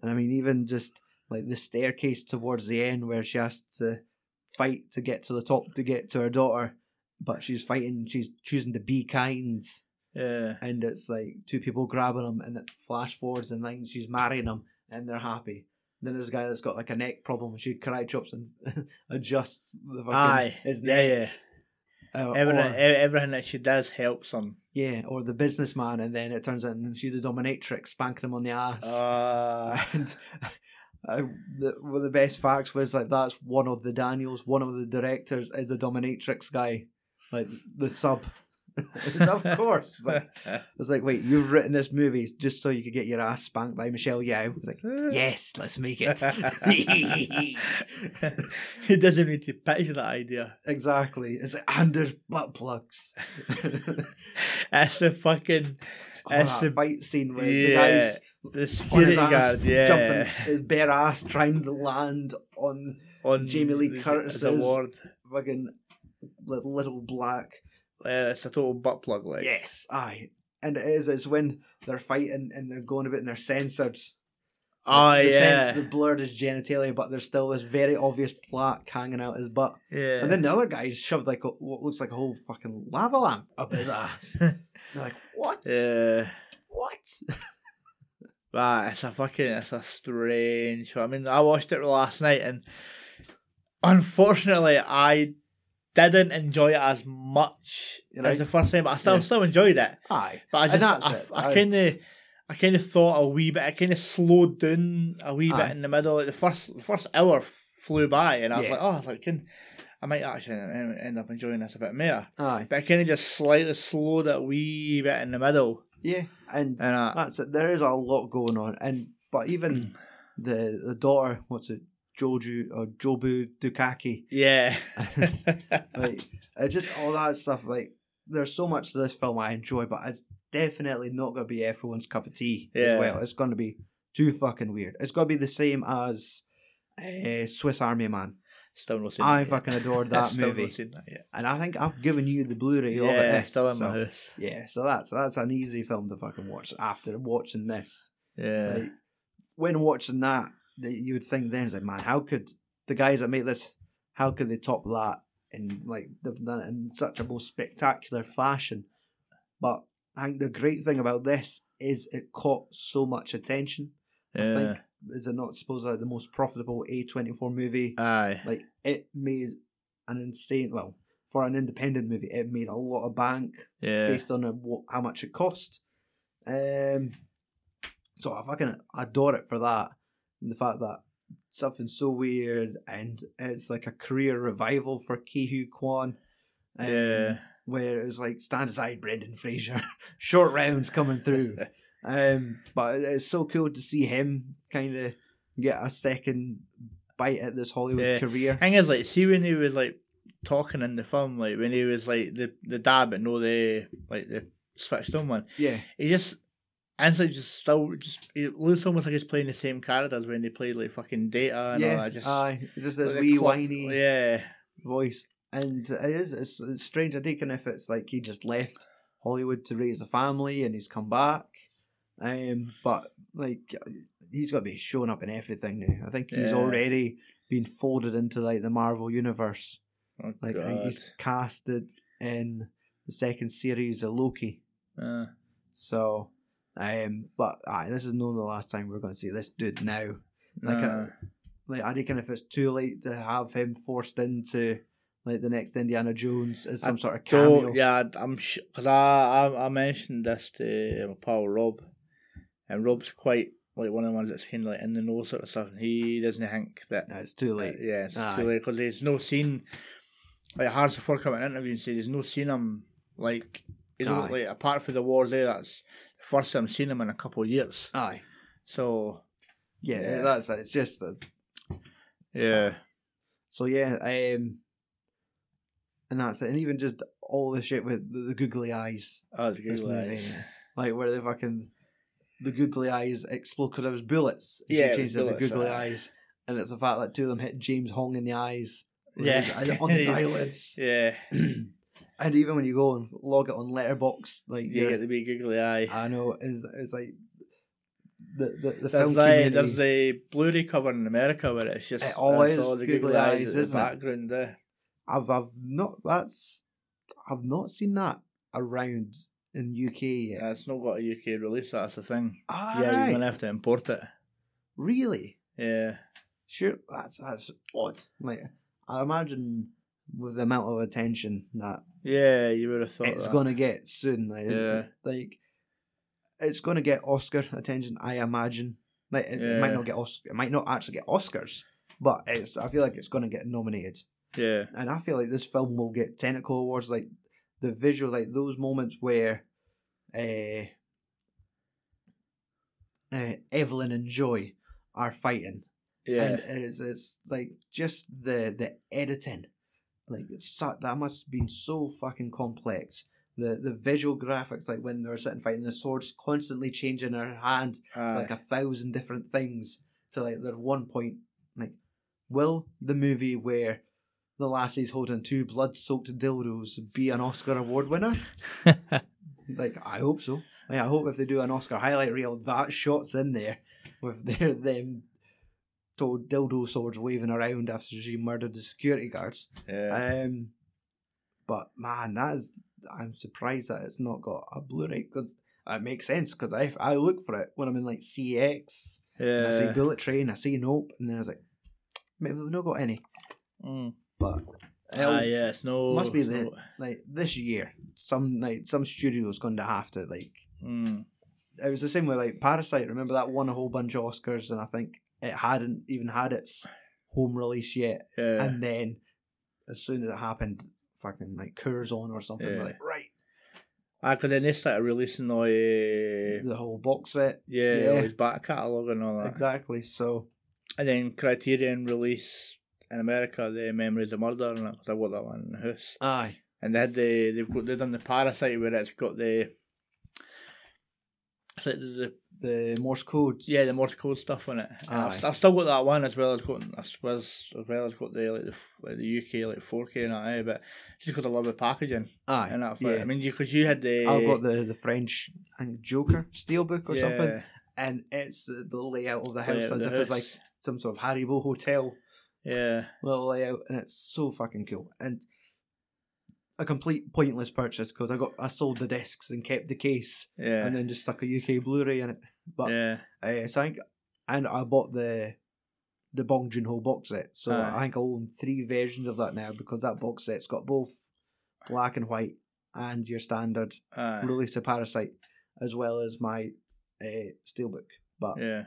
and I mean even just like the staircase towards the end where she has to fight to get to the top to get to her daughter, but she's fighting. She's choosing to be kind
Yeah.
and it's like two people grabbing him and it flash forwards and then she's marrying him and they're happy. Then there's a guy that's got like a neck problem. She karate chops and adjusts the fucking
Aye.
his
yeah,
neck.
yeah.
Uh,
Everything,
or,
e- everything that she does helps him.
yeah, or the businessman, and then it turns out she's a dominatrix, spanking him on the ass.
Uh,
and uh, the, one of the best facts was like that's one of the Daniels, one of the directors is a dominatrix guy, like the sub. It's of course, it's like It's like, wait, you've written this movie just so you could get your ass spanked by Michelle Yeoh. It's like, yes, let's make it.
he doesn't need to pitch that idea.
exactly. It's like, and there's butt plugs.
That's the fucking
That's
That's
the
the-
fight scene where the
yeah,
guy's
the
on his
security
ass,
guard, yeah,
jumping his bare ass, trying to land on
on
Jamie Lee Curtis's-
Curtis award.
fucking li- little black.
Yeah, it's a total butt plug, like
Yes, aye. And it is, it's when they're fighting and they're going a bit and they're censored.
Oh
They're
yeah,
censored, They're blurred his genitalia, but there's still this very obvious plaque hanging out his butt.
yeah.
And then the other guy's shoved like a, what looks like a whole fucking lava lamp up his ass. They're like, what?
yeah,
What?
but it's a fucking, it's a strange. I mean, I watched it last night, and unfortunately, I didn't enjoy it as much
You're right.
as the first time. But I still,
Yeah.
still enjoyed it.
Aye.
But I
And
just,
that's
I,
it.
I
I-
kind of, I kind of thought a wee bit. I kind of slowed down a wee
Aye.
bit in the middle. Like the first, the first hour flew by, and I was
Yeah.
like, oh, I was like, can, I might actually en- end up enjoying this a bit more.
Aye.
But I kind of just slightly slowed it a wee bit in the middle,
Yeah. And
and I,
that's it. There is a lot going on. And but even the the daughter, what's it, Joju or Jobu Dukaki,
yeah,
like it's just all that stuff. Like there's so much to this film I enjoy, but it's definitely not going to be everyone's cup of tea as
Yeah.
well. It's going to be too fucking weird. It's going to be the same as uh, Swiss Army Man.
still not seen.
I
it yet.
fucking adored that
still
movie.
Not seen that yet.
and I think I've given you the Blu-ray of it.
Yeah,
eh?
still in
so,
my house.
Yeah, so that's that's an easy film to fucking watch after watching this.
Yeah,
Like, when watching that, th- you would think then, it's like, man, how could the guys that make this, how could they top that? And like they've done it in such a most spectacular fashion. But I think the great thing about this is it caught so much attention.
yeah.
I think is it not supposed to be the most profitable A twenty four movie?
Aye,
Like it made an insane well for an independent movie. It made a lot of bank
yeah.
based on what, how much it cost. Um, so I fucking adore it for that and the fact that something's so weird and it's like a career revival for Ki Hu Kwan. Um,
yeah,
where it was like stand aside, Brendan Fraser, short rounds coming through. Um, but it's so cool to see him kind of get a second bite at this Hollywood
Yeah.
career.
Thing is, like, see when he was like talking in the film, like when he was like the the dab and all the like the switched on one,
Yeah,
he just instantly just still just it looks almost like he's playing the same character as when they played like fucking Data and all
yeah,
that. Just
aye, just
like,
this
the
wee
clock-
whiny
yeah,
voice, and it is it's, it's strange. I taken if it's like he just left Hollywood to raise a family and he's come back, um, but like he's got to be showing up in everything now. I think he's
Yeah.
already been folded into like the Marvel universe.
oh,
Like I think
God.
he's casted in the second series of Loki.
Uh,
So, um, but aye, this is not the last time we're going to see this dude now. Like,
nah.
Like I reckon if it's too late to have him forced into like the next Indiana Jones as some sort of cameo.
So yeah, I'd- I'm because I, I I mentioned this to my pal Rob, and Rob's quite like one of the ones that's kind of like in the know sort of stuff, and he doesn't think that.
No, it's too late.
Uh, yeah, it's
Aye.
too late because there's no scene. Like Harris before coming in an interview and say there's no scene him like he's
Aye.
like apart from the war there that's the first time I've seen him in a couple of years.
Aye,
So
yeah,
Yeah.
that's it. It's just that.
yeah,
So yeah, um, and that's it. And even just all the shit with the, the googly eyes.
oh, it's good.
This movie,
lads.
like where the fucking the googly eyes explode because it was bullets. He
Yeah, it
changed
was
it to
bullets,
googly
aye.
eyes, and it's the fact that two of them hit James Hong in the eyes. with
Yeah.
his- on his eyelids.
Yeah,
and even when you go and log it on Letterbox, like
you
you're-
get the big googly eye.
I know is is like the the, the
There's
film
a,
community.
there's a Blu-ray cover in America where it's just
It always
it's all the
googly
googly
eyes,
eyes in the
isn't it?
background. eh?
I've I've not that's I've not seen that around in UK yet.
Yeah, it's not got a UK release. That's the thing.
Ah,
yeah,
right.
you're gonna have to import it.
really.
Yeah,
Sure, that's that's odd. Like I imagine with the amount of attention that
yeah, you would have thought
it's
that.
gonna get soon, like,
Yeah.
like it's gonna get Oscar attention. I imagine. Like it, it might
Yeah.
not get Oscar. It might not actually get Oscars, but it's. I feel like it's gonna get nominated,
Yeah,
and I feel like this film will get technical awards, like the visual, like those moments where, uh, uh Evelyn and Joy are fighting
yeah,
and it's, it's like just the the editing like it's so, that must have been so fucking complex the the visual graphics like when they were sitting fighting the swords constantly changing her hand to
aye.
like a thousand different things to like their one point like will the movie where the lassie's holding two blood soaked dildos be an oscar award winner like I hope so. Like, I hope if they do an Oscar highlight reel, that shot's in there with their them told dildo swords waving around after she murdered the security guards.
yeah.
Um, but man, that is I'm surprised that it's not got a Blu-ray because that makes sense because I I look for it when I'm in like CX, and I see
yeah.
Bullet Train, I see Nope, and then I was like, maybe they've not got any,
Mm.
but. it'll-
Ah, yeah, it's no.
must be
it's
the-
no-
Like this year, some like some studio's going to have to like
Mm.
it was the same way like Parasite. Remember that won a whole bunch of Oscars, and I think it hadn't even had its home release yet.
Yeah,
And then as soon as it happened, fucking like Coors on or something. we're
Yeah.
Like right,
ah, because then they started releasing all the
the whole box set
yeah,
Yeah.
all his back catalogue and all that,
exactly. So
and then Criterion release in America the Memories of Murder and that 'cause I bought that one in the house.
aye,
and they had the they've got they've done the parasite where it's got the it's like the, the
the Morse codes.
yeah the Morse code stuff on it. And I've,
Aye.
st- I've still got that one as well as got as well as, as well as got the like the, f- like the UK like 4K and that, eh? but just because I love the packaging
aye,
and that.
yeah.
I mean, you because you had the
I've got the the French and Joker steelbook or something,
yeah,
and it's the the layout of the
layout
house
of
as
the
if it's
house.
like some sort of Haribo hotel.
yeah
little layout, and it's so fucking cool. And a complete pointless purchase because I got I sold the discs and kept the case,
yeah
and then just stuck a UK Blu-ray in it. But
yeah
uh, so I think, and I bought the the Bong Joon Ho box set, so
Aye.
I think I own three versions of that now because that box set's got both black and white and your standard
aye,
release of Parasite, as well as my uh, steelbook. But
yeah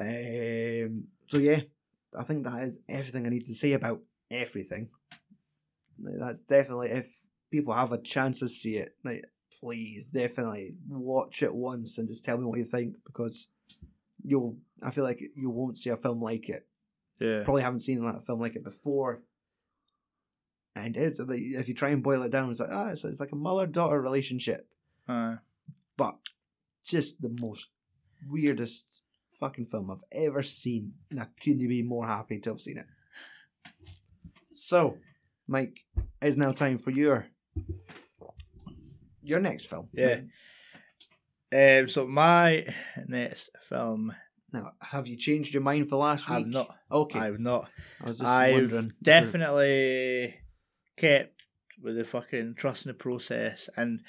um, so yeah, I think that is everything I need to say about everything. Like, That's definitely if people have a chance to see it, like please definitely watch it once and just tell me what you think because you'll. I feel like you won't see a film like it.
Yeah.
Probably haven't seen a film like it before. And it is like, if you try and boil it down, it's like ah, it's, it's like a mother daughter relationship,
Aye.
but just the most weirdest fucking film I've ever seen, and I couldn't be more happy to have seen it. So, Mike, it's now time for your your next film.
Yeah. Um, so my next film,
Now, have you changed your mind for last week?
I've not.
Okay.
I've not.
I was just wondering.
I've definitely kept with the fucking trust in the process, and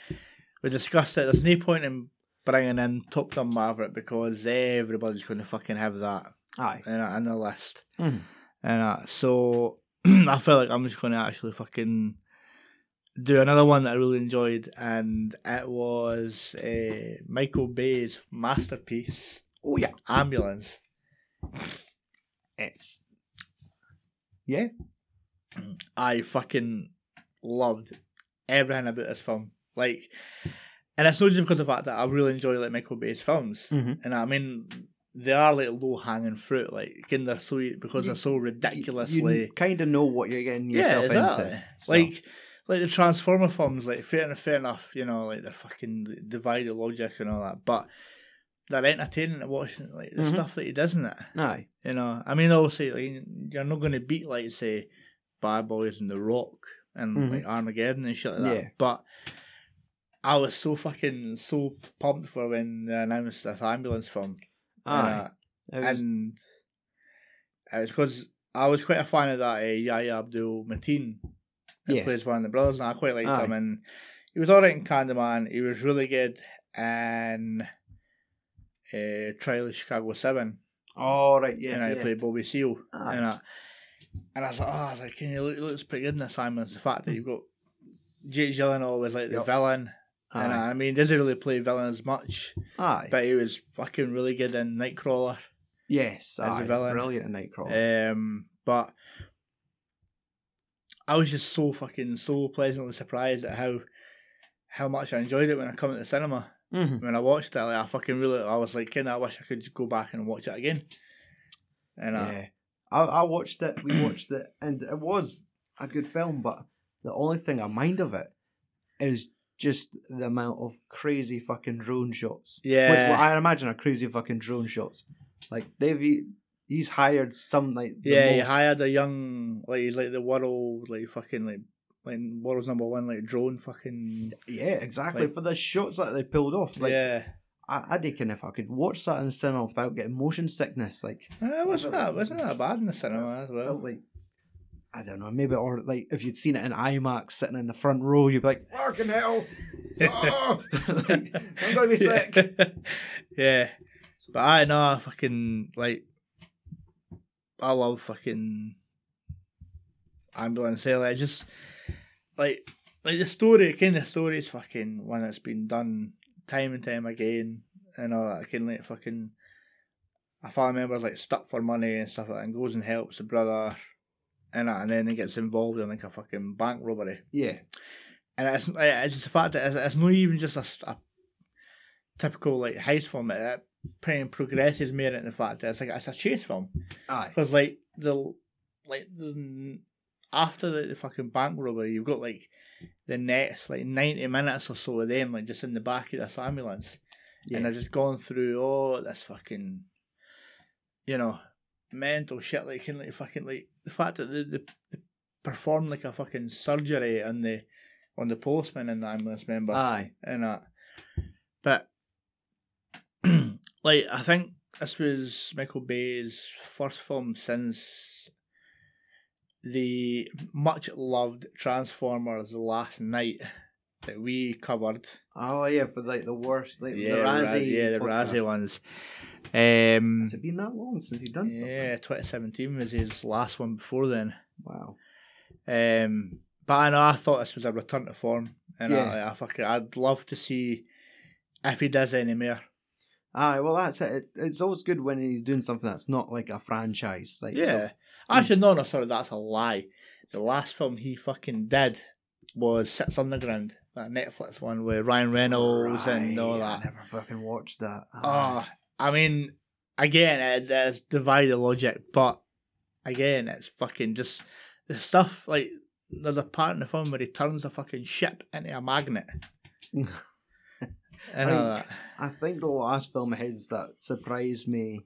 we discussed it. There's no point in bringing in Top Gun Maverick because everybody's going to fucking have that
Aye.
in, a, in the list.
Mhm.
And uh, so I feel like I'm just going to actually fucking do another one that I really enjoyed, and it was uh, Michael Bay's masterpiece,
Oh yeah.
Ambulance.
It's yeah.
I fucking loved everything about this film. Like, and it's not just because of the fact that I really enjoy like Michael Bay's films,
Mhm.
and I mean they are like low hanging fruit. Like, again, they're so because they're so ridiculously.
You, kind of know what you're getting
yeah,
yourself
exactly.
into. so.
Like, like the Transformer films, like fair enough, fair enough. You know, like the fucking divided logic and all that, but they're entertaining to watch. Like the
Mhm.
stuff that he does in that.
aye.
You know, I mean, obviously, like, you're not going to beat, like, say, Bad Boys and The Rock and
Mhm.
like Armageddon and shit like that.
Yeah.
But I was so fucking so pumped for when they announced this ambulance film,
Aye. It
and, uh,
was-
and it was because I was quite a fan of that uh, Yahya Abdul Mateen. He
Yes.
plays one of the brothers, and I quite liked
Aye.
him. And he was alright in Candyman. He was really good in uh, Trial of Chicago Seven
oh, right. Yeah.
and I
yeah.
played Bobby Seal.
Aye.
And, I, and I was like, oh, I was like, can you look, looks pretty good in this, Simon. The fact that
Hmm.
you've got Jake Gyllenhaal was like the
Yep.
villain. And
Aye.
I, I mean, he doesn't really play villain as much,
Aye.
but he was fucking really good in Nightcrawler.
yes.
a
Aye.
villain.
Brilliant in Nightcrawler.
Um, but I was just so fucking so pleasantly surprised at how how much I enjoyed it when I come to the cinema.
Mhm.
When I watched it, like, I fucking really, I was like, kind I wish I could just go back and watch it again. And I,
Yeah. I, I watched it, we watched it, and it was a good film, but the only thing I mind of it is just the amount of crazy fucking drone shots. Which
yeah.
what I imagine are crazy fucking drone shots. Like, they've, e- he's hired some, like, the
Yeah, he
most-
hired a young like he's like the world like fucking like like world's number one like drone fucking
Yeah, exactly.
like-
for the shots that they pulled off. Like,
yeah.
I, I reckon if I could watch that in the cinema without getting motion sickness, like,
Uh, it wasn't that wasn't that bad in the cinema as
felt
well?
like I don't know, maybe or like if you'd seen it in IMAX sitting in the front row, you'd be like, "Fucking hell, oh, like, I'm gonna be sick."
yeah, but I know I fucking like I love fucking ambulance. eh, Like just like like the story, kind of story is fucking one that's been done time and time again, and all that kind of like fucking. A family member's like stuck for money and stuff like that, and goes and helps the brother, and that, and then he gets involved in like a fucking bank robbery
Yeah,
and it's it's just the fact that it's, it's not even just a, s- a typical like heist film. It, it pretty progresses more into the fact that it's like it's a chase film
aye,
because like the like the after the, the fucking bank robbery, you've got like the next like ninety minutes or so of them like just in the back of this ambulance,
yeah,
and they're just going through all this fucking, you know, mental shit like can like fucking like the fact that they, they, they performed like a fucking surgery on the on the postman and the ambulance member
aye,
and that, but like I think this was Michael Bay's first film since the much loved Transformers last night that we covered
oh yeah, for like the worst, like the
Ra-
Razzie,
yeah, the
podcast.
Razzie ones. Um,
Has it been that long since you've done something?
yeah, 2017 was his last one before then.
Wow.
Um, but I know I thought this was a return to form, and
Yeah.
I, I fucking, I'd love to see if he does any more.
Aye, well that's it. it. It's always good when he's doing something that's not like a franchise. Like
Yeah,
of-
actually, no, no, sorry, that's a lie. The last film he fucking did was Sits Underground, that Netflix one with Ryan Reynolds and all
Right, I
that.
never fucking watched that. Ah.
Oh, I mean, again, it, it's divided logic, but again, it's fucking just the stuff like there's a part in the film where he turns the fucking ship into a magnet. and all that.
I think the last film of his that surprised me,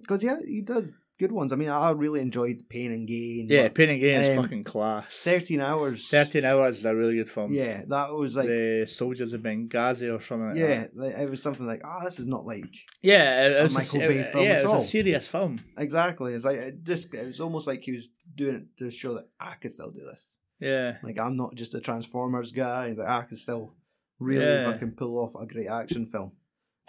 because yeah, he does good ones. I mean, I really enjoyed Pain and Gain.
Yeah,
but
Pain and Gain is
um,
fucking class.
thirteen hours.
13 Hours is a really good film.
Yeah, that was like
the Soldiers of Benghazi or something like
yeah,
that.
like, it was something like ah, this is not like
Yeah, it,
A
was
Michael
a,
Bay
it-
film
yeah,
at
it was
all.
a serious film.
exactly. It's like it just it was almost like he was doing it to show that I could still do this.
Yeah.
Like I'm not just a Transformers guy. Like I can still really
Yeah.
fucking pull off a great action film.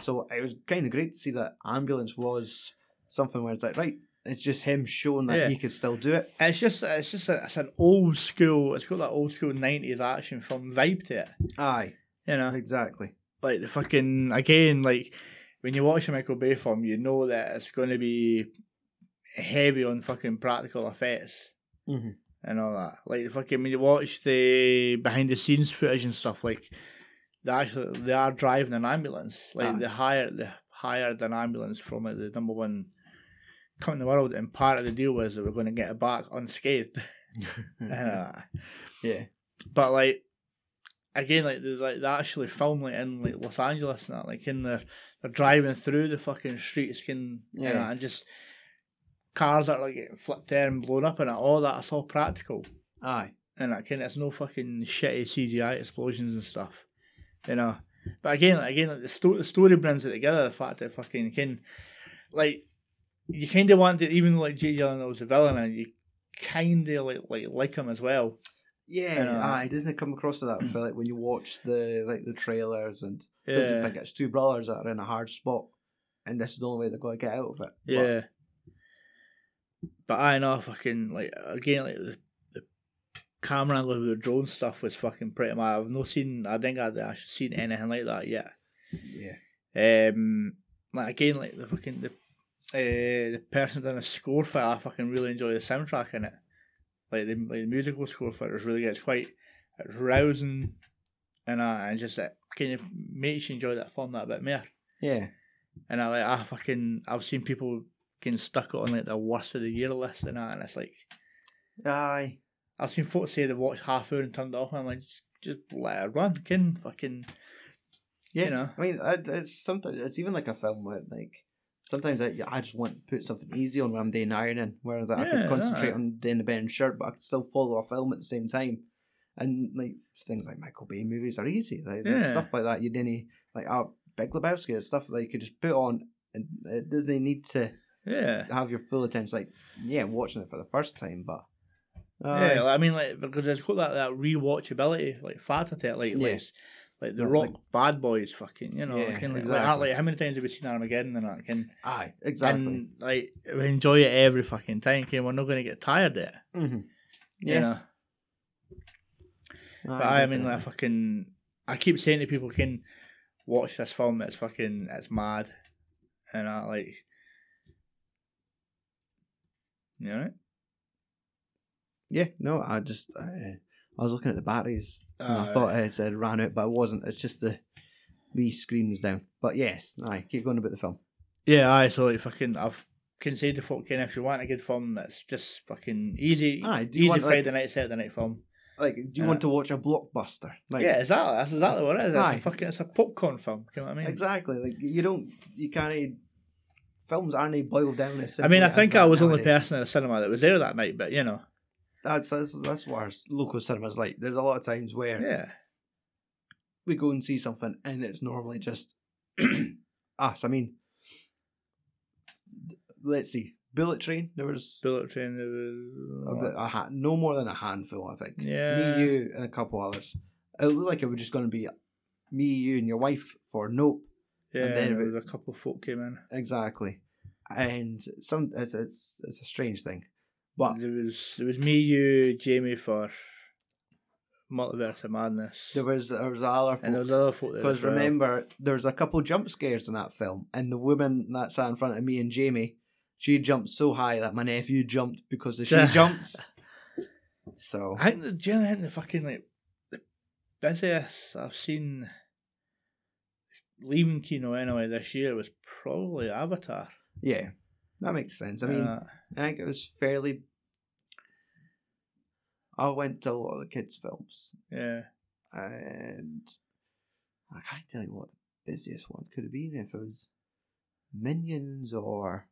So it was kind of great to see that ambulance was something where it's like right, it's just him showing that
Yeah.
he could still do it.
It's just, it's just, a, it's an old school. It's got that old school '90s action film vibe to it.
Aye,
You know,
exactly.
like the fucking again, like when you watch a Michael Bay film, you know that it's going to be heavy on fucking practical effects
Mhm.
and all that. Like fucking when you watch the behind the scenes footage and stuff, like they actually they are driving an ambulance. Like
Aye.
they hired they hired an ambulance from like, the number one company in the world, and part of the deal was they were going to get it back unscathed. and, uh, all that
Hmm. yeah,
but like again like they like they actually film like in like Los Angeles and that like in their they're driving through the fucking streets can yeah.
Yeah.
and just cars that are like getting flipped there and blown up and all that it's all practical
aye.
and that kind it's no fucking shitty CGI explosions and stuff you know but again like, again like the, sto- the story brings it together the fact that fucking can like you kind of want to even like J.J. Gyllenhaal's the villain and you kind of like like like him as well
Yeah,
know.
aye. Doesn't it come across to that feel like when you watch the like the trailers and don't you
Yeah.
think it's two brothers that are in a hard spot, and this is the only way they're going to get out of it. But
Yeah. But I know fucking like again like the, the camera angle with the drone stuff was fucking pretty mad. I've not seen I think I've actually seen anything like that yet.
yeah,
Um like again like the fucking the uh, the person that done a score for it, I fucking really enjoy the soundtrack in it. Like the, like the musical score for it is really good. It's quite it's rousing and uh, and just it kind of makes you enjoy that film that bit more.
yeah.
And I like I fucking I've seen people getting stuck on like the worst of the year list and that, and it's like
Aye.
I've seen folks say they've watched half hour and turned it off, and I'm like, just, just let it run, can fucking
Yeah,
You know?
I mean, I, it's sometimes it's even like a film where like sometimes I, I just want to put something easy on when I'm doing ironing, whereas I
Yeah,
could concentrate
aye.
on doing the Ben shirt, but I could still follow a film at the same time. And like things like Michael Bay movies are easy, like there's
Yeah.
stuff like that. You didn't like uh, Big Lebowski, it's stuff that you could just put on, and it doesn't need to
yeah.
have your full attention. Like yeah, watching it for the first time, but
Yeah,
Aye.
like, I mean, like because it's got that, that rewatchability, like factor to it, like
Yeah.
like, s- like the
Yeah,
Rock Bad Boys, fucking, you know,
Yeah,
like, and, like,
exactly.
like, like, how many times have we seen Armageddon and that, can,
aye, exactly.
and like we enjoy it every fucking time, can we're not gonna get tired of it,
hmm
you
Yeah.
know. But I mean, like fucking, I keep saying to people, "Can watch this film? It's fucking, it's mad," and I like, you know,
Yeah, no, I just uh, I was looking at the batteries and I
Ah,
thought it said ran out, but it wasn't. It's just the wee screen was down. But yes, aye, keep going about the film.
yeah, I so like fucking, I've considered the fucking if you want a good film, it's just fucking easy,
Aye, do you
easy
want, like-
Friday night Saturday night film.
Like, do you
Yeah.
want to watch a blockbuster? Like,
Uh, yeah, exactly. That's exactly what it is. It's
Aye.
a fucking, it's a popcorn film. You know what I mean?
exactly. Like you don't, you can't. Films aren't boiled down. As
I mean, I
simply as
think
that
I was the only
nowadays.
person in the cinema that was there that night, but you know,
That's that's that's what our local cinema's like. There's a lot of times where
yeah,
we go and see something and it's normally just us. I mean, th- let's see, Bullet Train. There was
Bullet Train. There
a
was,
bit, a ha- no more than a handful, I think.
Yeah.
Me, you, and a couple others. It looked like it was just going to be me, you, and your wife for Nope.
yeah,
and then
there
about-
was a couple of folk came in.
Exactly. And some it's it's, it's a strange thing, but
There was there was me, you, Jamie for Multiverse of Madness,
there was there was other
and there
folk.
was other folk there
Because
as well.
remember, there was a couple jump scares in that film, and the woman that sat in front of me and Jamie, she jumped so high that my nephew jumped because of she jumped. So
I think the generally I think the fucking like the busiest I've seen leaving Kino anyway this year was probably Avatar.
yeah, that makes sense. I mean,
Uh,
I think it was fairly. I went to a lot of the kids' films,
yeah.
and I can't tell you what the busiest one could have been if it was Minions or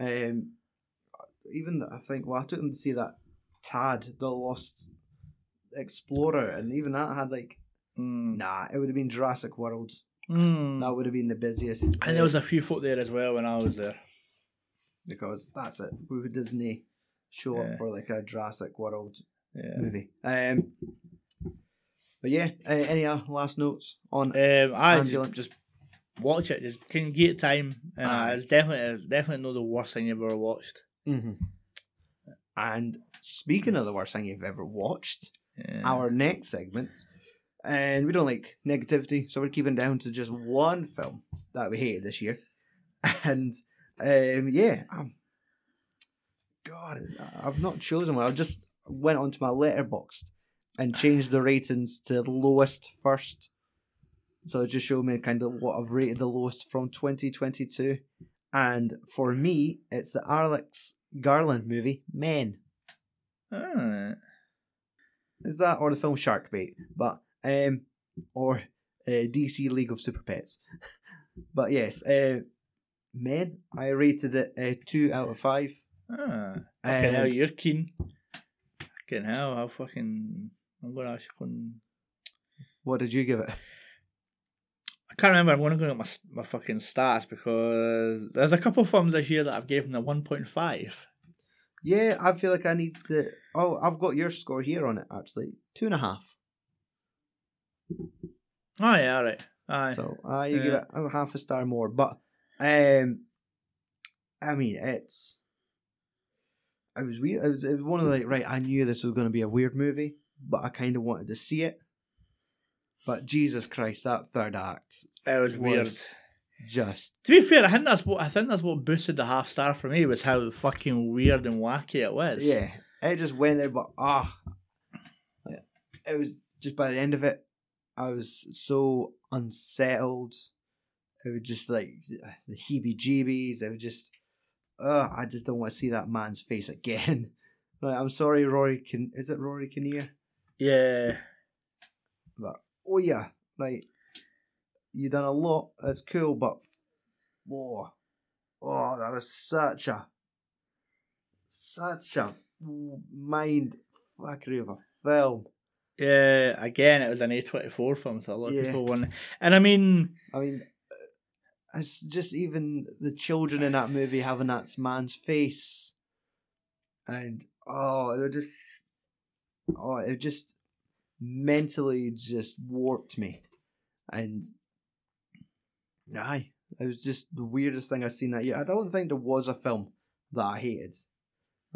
um, even the, I think well I took them to see that Tad the Lost Explorer, and even that had like
Mm.
nah, it would have been Jurassic World.
Mm.
That would have been the busiest.
And there was a few folk there as well when I was there.
because that's it. Who Disney show
Yeah.
up for like a Jurassic World
Yeah.
movie? Um, but yeah, uh, any uh, last notes on?
Um, I just,
Ambulance.
just watch it. Just can get time, and uh,
Aye.
it's definitely it's definitely not the worst thing you've ever watched.
Mhm. And speaking of the worst thing you've ever watched,
Yeah.
our next segment, and we don't like negativity, so we're keeping down to just one film that we hated this year, and um, yeah, um, God, I- I've not chosen one. I just went onto my letterboxed and changed the ratings to lowest first, so it just showed me kind of what I've rated the lowest from 2022, and for me, it's the Alex Garland movie Men
Alright.
is that or the film Sharkbait, but um, or uh, DC League of Super Pets. but yes, uh, men, I rated it uh, two out of five.
Ah. Fucking
Um,
hell, you're keen. Fucking hell, how fucking. I'm gonna actually go and-
What did you give it?
I can't remember. I'm gonna go at my s- my fucking stats because there's a couple of films this year that I've given a 1.5.
Yeah, I feel like I need to. Oh, I've got your score here on it actually, two and a half.
Oh yeah, all right. Aye.
So uh, you give
Yeah.
it a half a star more, but um, I mean it's. It was weird. It was, it was one of the like, right. I knew this was going to be a weird movie, but I kind of wanted to see it. But Jesus Christ, that third act
it was
was-
weird.
just
To be fair, I think that's what I think that's what boosted the half star for me was how fucking weird and wacky it was.
yeah. It just went there, but ah, like, it was just by the end of it, I was so unsettled. It was just like the heebie-jeebies. It was just, ugh, I just don't want to see that man's face again. Like, I'm sorry, Rory. Can is it Rory Kinnear?
Yeah.
Oh yeah, like you done a lot. That's cool, but whoa, oh, that was such a such a mind fuckery of a film.
Yeah, again, it was an A24 film, so a lot
Yeah.
of people won. And I mean,
I mean, uh, it's just even the children in that movie having that man's face, and oh, they're just oh, it just mentally just warped me, and aye, it was just the weirdest thing I've seen that year. I don't think there was a film that I hated.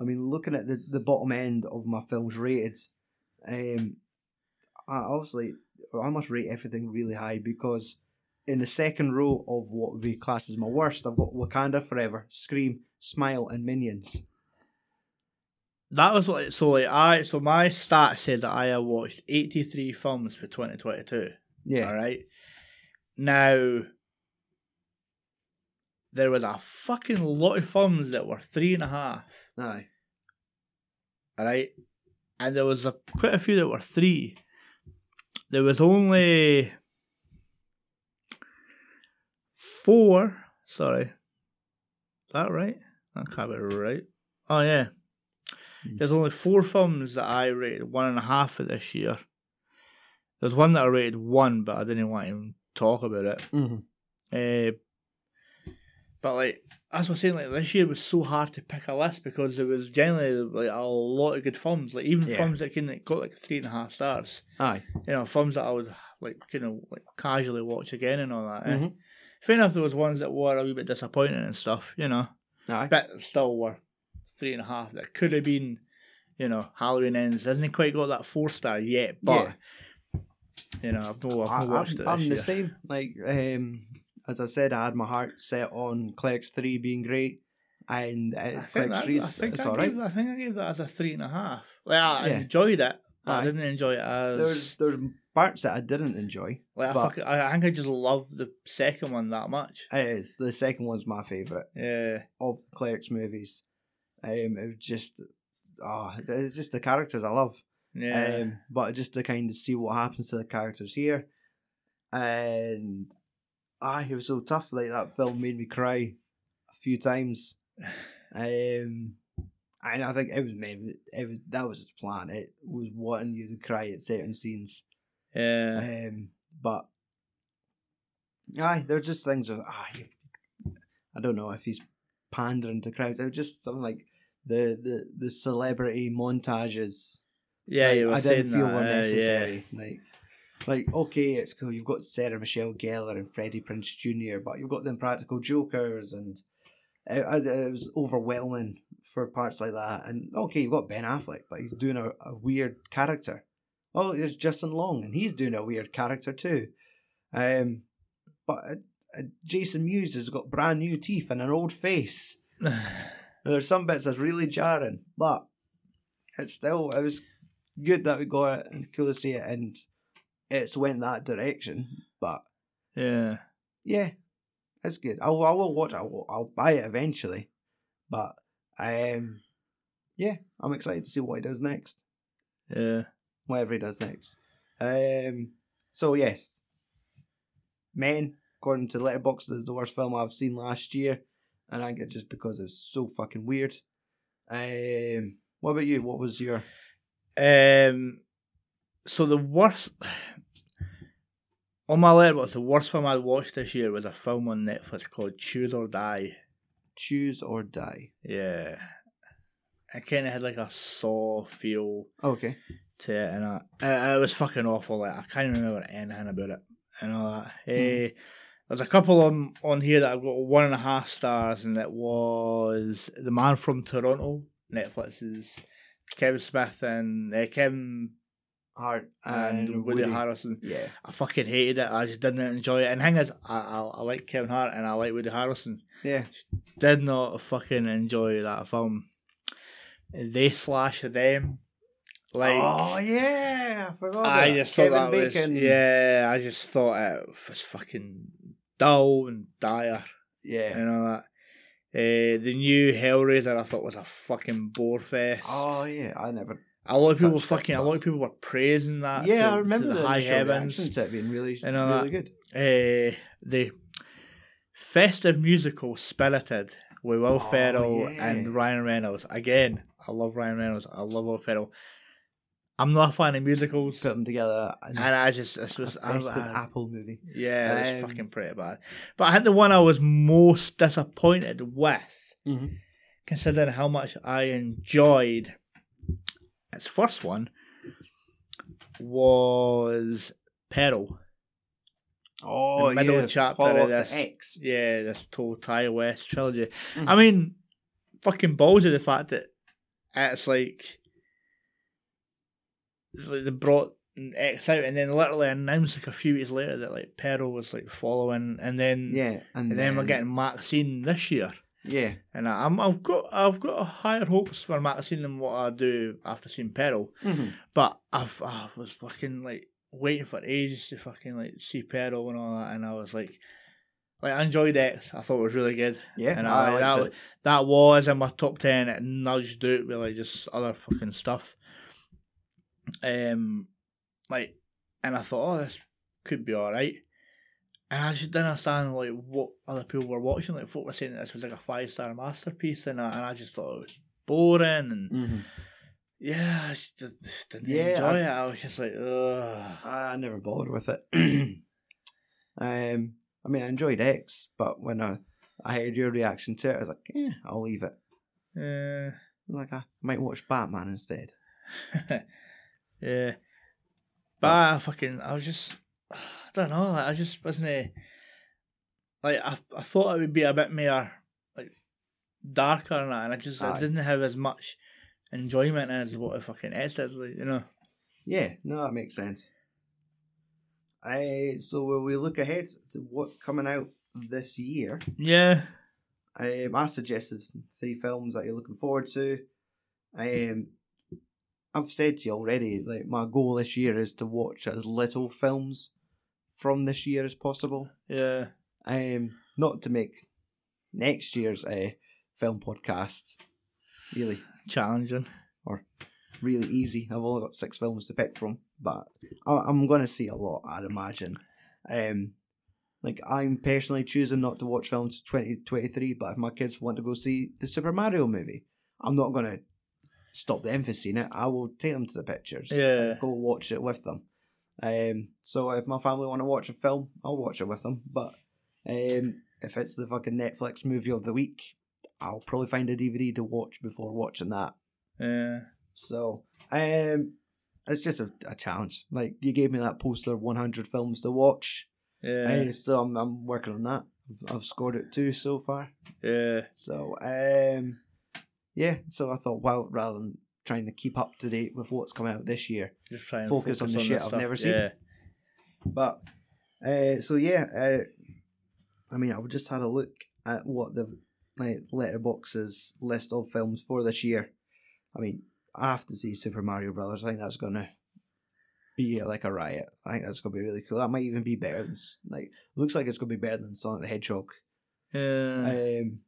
I mean, looking at the, the bottom end of my films rated, um, I obviously I must rate everything really high because in the second row of what would be classed as my worst, I've got Wakanda Forever, Scream, Smile, and Minions.
that was like so. Like I so my stat said that I had watched 83 films for 2022.
Yeah,
All right. Now, there was a fucking lot of films that were three and a half.
aye,
All right, and there was a, quite a few that were three. There was only four. Sorry, is that right? That can't be right. Oh yeah, there's only four films that I rated one and a half for this year. There's one that I rated one, but I didn't want to even talk about it.
mm-hmm.
Uh, but like as we're saying, like this year was so hard to pick a list because there was generally like a lot of good films, like even
Yeah.
films that can like, got like three and a half stars.
aye,
You know, films that I would like you know like casually watch again and all that. eh?
Mhm.
Fair enough, there was ones that were a wee bit disappointing and stuff. You know,
aye,
but still were three and a half. That could have been, you know, Halloween ends. Hasn't quite got that four star yet, but.
Yeah.
You know, I've no, I've
I,
not
am
watched it. This
I'm
year.
the same. Like, um, as I said, I had my heart set on Clerks Three being great, and uh,
I think
Clerks
that-
Three
I
is
think
it's
I
all right.
gave- I think I gave that as a three and a half. Like, I
Yeah.
enjoyed it, but I
Aye.
didn't enjoy it as.
There's there's parts that I didn't enjoy.
like, I,
but-
fucking, I I think I just love the second one that much.
It is the second one's my favorite
Yeah.
of the Clerks movies. Um, it was just oh, it's just the characters I love.
Yeah.
Um, but just to kind of see what happens to the characters here, and ah, it was so tough. Like that film made me cry a few times. Um, and I think it was maybe it was that was its plan. It was wanting you to cry at certain scenes.
yeah.
Um, but aye, they're just things of ah, you, I don't know if he's pandering to crowds. It was just something like the the the celebrity montages.
Yeah,
like,
you were
I didn't
saying
feel
that,
were
uh,
necessary. Like. Like okay, it's cool. You've got Sarah Michelle Gellar and Freddie Prince Jr., but you've got the Impractical Jokers, and it, it was overwhelming for parts like that. And okay, you've got Ben Affleck, but he's doing a, a weird character. Oh, there's Justin Long, and he's doing a weird character too. Um, but uh, uh, Jason Mewes has got brand new teeth and an old face.
yeah.
There's some bits that's really jarring, but it's still it was good that we got it and cool to see it, and it's went that direction. But
yeah.
yeah, it's good. I, will- I will watch. it. I will, I'll buy it eventually, but um, yeah, I'm excited to see what he does next.
Yeah.
Whatever he does next. Um, so yes, Men, according to Letterboxd, is the worst film I've seen last year, and I think it's just because it's so fucking weird. Um, what about you? What was your?
Um, so the worst on my letterbox, the worst film I watched this year was a film on Netflix called Choose or Die.
Choose or die.
Yeah, I kind of had like a saw feel
Oh, Okay.
to it, and I, it, it was fucking awful. Like I can't remember anything about it and all that. Eh, there's a couple on on here that I've got one and a half stars, and that was The Man from Toronto, Netflix's Kevin Smith and uh, Kevin
Heart
and Woody, Harrelson.
Yeah.
I fucking hated it. I just didn't enjoy it. And thing is, I, I, I like Kevin Hart and I like Woody Harrelson.
Yeah.
Did not fucking enjoy that film. They slash them. Like
oh yeah, I forgot.
I
that.
just
Kevin
thought that
Bacon.
was yeah. I just thought it was fucking dull and dire
Yeah.
and all that. Uh, the new Hellraiser I thought was a fucking bore fest.
Oh yeah, I never.
a lot of people
touched it,
fucking, a
but-
lot of people were praising that.
yeah,
to-
I
to
remember
the
the
high
initial
heavens.
reactions to it being really,
and all
really good.
uh, the festive musical Spirited with Will
Oh,
Ferrell
yeah.
and Ryan Reynolds. Again, I love Ryan Reynolds. I love Will Ferrell. I'm not a fan of musicals,
Put them together. And
and I just this
a
was I,
festive
I-
Apple movie.
yeah, it was
Um,
fucking pretty bad. But I had the one I was most disappointed with,
Mhm.
considering how much I enjoyed. Its first one was Peril.
Oh
middle
yeah,
chapter
follow
of
up
this.
to X.
Yeah, this whole Ty West trilogy.
Mm.
I mean, fucking balls of the fact that it's like like they brought X out and then literally announced like a few weeks later that like Peril was like following, and then
Yeah, Mm. and,
and then we're getting Maxine this year.
yeah,
And I, I'm I've got I've got higher hopes for Maxine than what I do after seeing Peril.
Mhm.
But I've, I was fucking like waiting for ages to fucking like see Peril and all that, and I was like, like I enjoyed X. I thought it was really good,
yeah.
and
I
I,
liked
that
it.
that was in my top ten. It nudged out with like just other fucking stuff. Um, like, and I thought, oh, this could be all right. And I just didn't understand like what other people were watching. Like folk were saying that this was like a five star masterpiece, and I, and I just thought it was boring and
Mhm.
yeah, I just did- just didn't
Yeah,
enjoy
I-
it. I was just like, ugh.
I never bothered with it. um, I mean, I enjoyed X, but when I I heard your reaction to it, I was like, yeah, I'll leave it. Uh,
Yeah.
Like I might watch Batman instead.
yeah. But Eh, I fucking, I was just, I don't know, like, I just wasn't, eh, like, I, I thought it would be a bit more, like, darker and that, and I just I
Aye.
didn't have as much enjoyment as what I fucking X did, like, you know.
Yeah, no, that makes sense. I so will we look ahead to what's coming out this year?
Yeah.
Um, I suggested three films that you're looking forward to. Um, I've said to you already, like my goal this year is to watch as little films from this year as possible.
Yeah.
Um, not to make next year's uh, film podcast really
Challenging.
really easy. I've only got six films to pick from, but I, I'm going to see a lot, I'd imagine. Um, like I'm personally choosing not to watch films 2023, but if my kids want to go see the Super Mario movie, I'm not going to stop them from seeing it. I will take them to the pictures.
Yeah.
and Go watch it with them. Um, so if my family want to watch a film, I'll watch it with them. But um, if it's the fucking Netflix movie of the week, I'll probably find a DVD to watch before watching that.
Yeah.
So, um, it's just a, a challenge. Like you gave me that poster, of 100 films to watch.
Yeah.
Uh, so I'm, I'm working on that. I've, I've scored it two so far.
Yeah.
So, um, yeah. So I thought, well, rather than trying to keep up to date with what's coming out this year,
Just try and
Focus
focus,
on the shit
this
I've
stuff.
never seen.
Yeah.
but uh, so yeah. Uh, I mean, I've just had a look at what the like Letterbox's list of films for this year. I mean, I have to see Super Mario Brothers. I think that's gonna be uh, like a riot. I think that's gonna be really cool. That might even be better than s- like looks like it's gonna be better than Sonic the Hedgehog.
Yeah.
Um,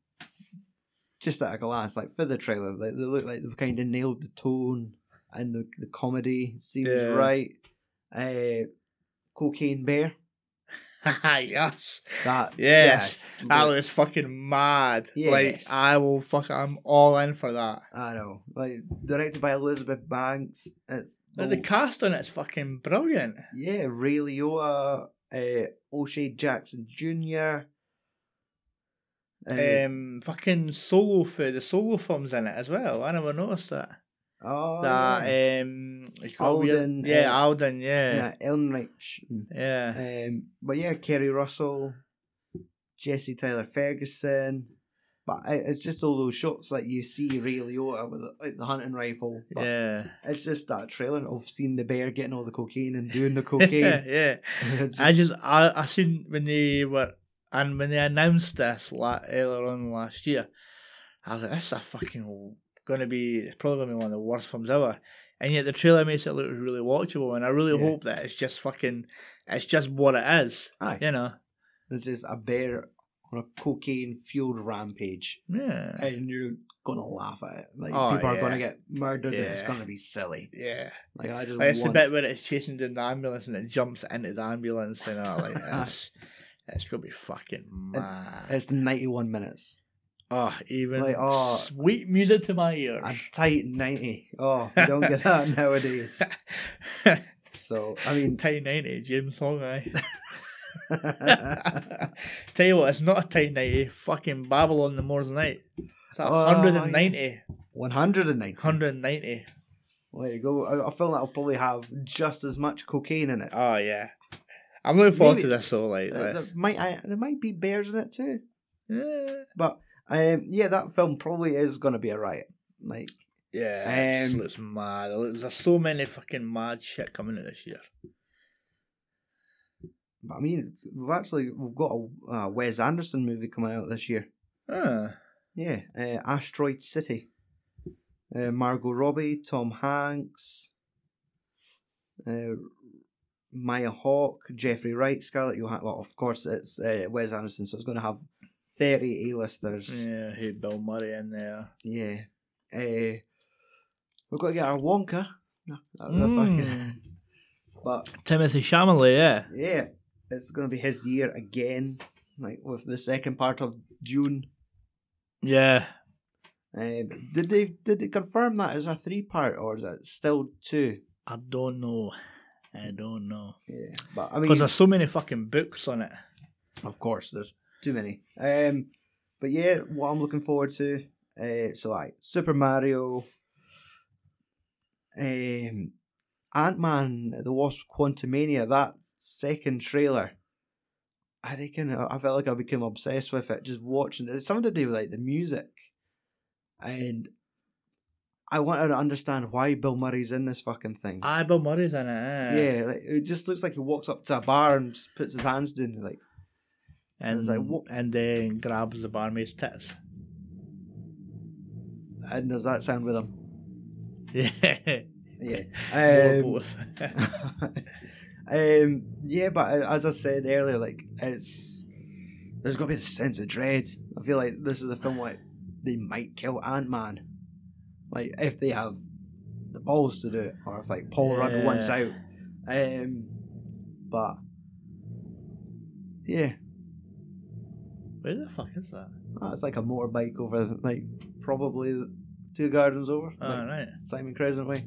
just at a glance, like for the trailer, like they look like they've kind of nailed the tone and the the comedy seems
Yeah.
right. Uh, Cocaine Bear.
yes.
That
Yes.
yes,
That
look-
was fucking mad. Like
Yes.
I will fuck. I'm all in for that.
I know. Like directed by Elizabeth Banks. It's oh,
Like, the cast on it's fucking brilliant.
yeah, Ray Liotta, uh, O'Shea Jackson Jr. Uh,
Um, fucking solo for the solo films in it as well. I never noticed that.
oh, yeah.
that eh, um, it's got a weird-
Alden,
yeah,
uh,
Alden, yeah,
yeah, Elnrich.
yeah,
Um, but yeah, Kerry Russell, Jesse Tyler Ferguson. But it- it's just all those shots like you see Ray Liotta with like the hunting rifle. But
yeah,
it's just that trailer of seeing the bear getting all the cocaine and doing the
yeah,
cocaine.
yeah.
Just-
I just I I seen when they were and when they announced this la- earlier on last year, I was like, this is a fucking gonna be it's probably gonna be one of the worst films ever. And yet the trailer makes it look really watchable, and I really
Yeah.
hope that it's just fucking, it's just what it is,
Aye.
you know.
There's just a bear on a cocaine fueled rampage,
Yeah,
and you're gonna laugh at it. Like
Oh,
people are
yeah.
gonna get murdered, and it's
Yeah.
gonna be silly.
yeah.
Like I just
Like, it's the
want.
bit where it's chasing down the ambulance and it jumps into the ambulance and all like it's, it's gonna be fucking mad.
It's 91 minutes.
oh, even
like, oh,
sweet music to my ears.
A tight 90. Oh, you don't get that nowadays. So I mean,
Tight ninety, James Long. Aye.
oh,
Tell you what, it's not a tight ninety. Fucking Babylon the Moors night. It's like
Oh,
190,
190.
190.
There you go. I, I feel that'll probably have just as much cocaine in it.
Oh yeah, I'm looking forward
Maybe-
to this though. Like,
Uh,
like,
there might I, there might be bears in it too.
yeah,
But um, yeah, that film probably is gonna be a riot. Like
yeah, it just
Um,
looks mad. It looks- There's so many fucking mad shit coming out this year.
But I mean, it's, we've actually we've got a uh, Wes Anderson movie coming out this year.
Ah.
Yeah, uh, Asteroid City. Uh, Margot Robbie, Tom Hanks, uh, Maya Hawke, Jeffrey Wright, Scarlett Johansson. Well, of course, it's uh, Wes Anderson, so it's going to have thirty A-listers.
Yeah, he had Bill Murray in there.
Yeah. Uh, we've got to get our Wonka. No, that- that fucking-
Mm.
But
Timothy Chalamet, yeah.
yeah, it's going to be his year again. Like with the second part of June.
Yeah.
Um, did they did they confirm that as a three part or is it still two?
I don't know. I don't know.
Yeah, but I
Because
mean,
there's so many fucking books on it.
of course, there's too many. Um, but yeah, what I'm looking forward to. Uh, so I Super Mario, um, Ant Man, the Wasp, Quantumania. That second trailer, I reckon I I felt like I became obsessed with it. Just watching it, it's something to do with like the music, and I wanted to understand why Bill Murray's in this fucking thing.
Aye, Bill Murray's in it. eh.
Ah, Yeah, like, it just looks like he walks up to a bar and s- puts his hands down, like,
And,
It's like, what-
and then grabs the barmaid's tits.
and does that sound with him? Yeah.
Yeah. Or
Um,
both.
um, yeah, but uh, as I said earlier, like it's there's got to be this sense of dread. I feel like this is a film like they might kill Ant Man, like if they have the balls to do it, or if like Paul Rudd wants
Yeah.
out. Um, but yeah,
Where the fuck is that?
ah, it's like a motorbike over like probably two gardens over,
Ah,
like
right.
Simon Crescent way.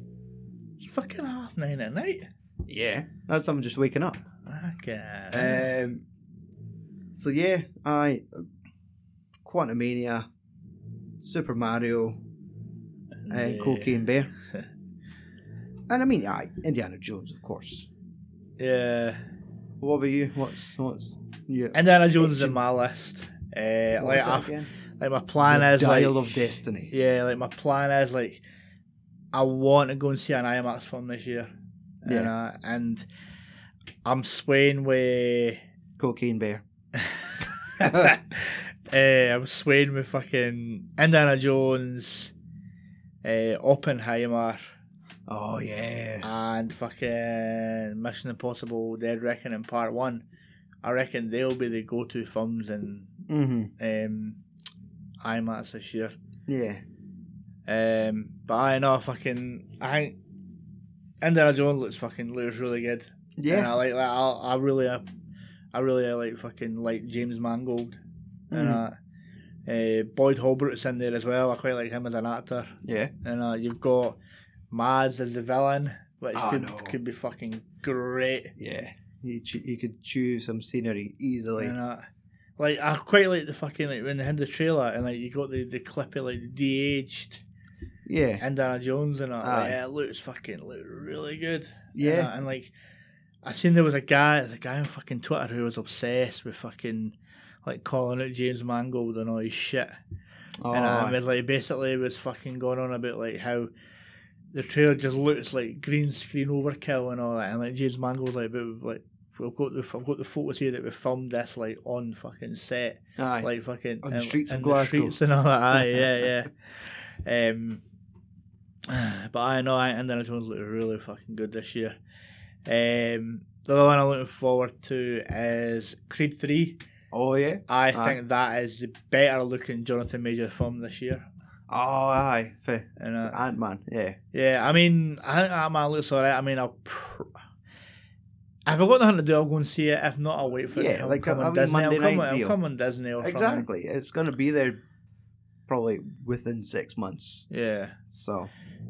It's fucking half nine at night.
Yeah, that's someone just waking up.
Okay.
Um, so yeah, I Quantumania, Super Mario, and Cocaine Bear, and I mean, I Indiana Jones, of course.
Yeah.
What about you? What's what's yeah?
Indiana Jones is in my list. Uh,
what
like,
was that
I've-
again?
like my plan
The
is like
Dial of Destiny.
Yeah, like my plan is like I want to go and see an IMAX film this year.
Yeah.
And, uh, and I'm swaying with
Cocaine Bear.
uh, Eh, I'm swaying with fucking Indiana Jones, uh, Oppenheimer,
Oh yeah.
and fucking Mission Impossible: Dead Reckoning Part One. I reckon they'll be the go-to films in
Mhm.
um, IMAX this year.
Yeah.
Um, but I know fucking I think Indiana Jones looks fucking looks really good. and uh,
Yeah.
I like that. I, I really, uh, I really uh, like fucking like James Mangold and
Mhm.
that. Uh, Boyd Holbrook's in there as well. I quite like him as an actor.
Yeah.
And uh, you've got Mads as the villain, which
Oh,
could
no.
could be fucking great.
Yeah. He ch- he could choose some scenery easily.
And, uh, like I quite like the fucking like when they had the trailer and like you got the the clip of like the de-aged
Yeah.
Indiana Jones and all. Like,
Aye.
it looks fucking look really good. And, uh,
Yeah.
and, like I seen there was a guy, there's a guy on fucking Twitter who was obsessed with fucking like calling out James Mangold and all his shit.
Oh,
uh, and I
aye.
was like basically was fucking going on about like how the trailer just looks like green screen overkill and all that. And like James Mangold like, but like we've got the I've got the photos here that we filmed this like on fucking set
Oh, Aye.
like fucking
On the
in-
streets of
in
Glasgow.
streets and all that. Aye, yeah, yeah. um, but I know I Indiana Jones looked really fucking good this year. Um, the other one I'm looking forward to is Creed Three.
oh yeah.
I
Aye.
think that is the better looking Jonathan Major film this year.
Oh aye. Fair.
And uh,
Ant Man. Yeah.
yeah, I mean, I think that man looks alright. I mean, I'll. Pr- if I've got nothing to do, I'll go and see it. If not, I'll wait for
Yeah,
it. I'll
like
come
a-
on
I mean,
Disney. I'll
Monday
come,
night
on, I'll
deal.
come on Disney. Or something.
Exactly. It's going to be there probably within six months.
Yeah.
So,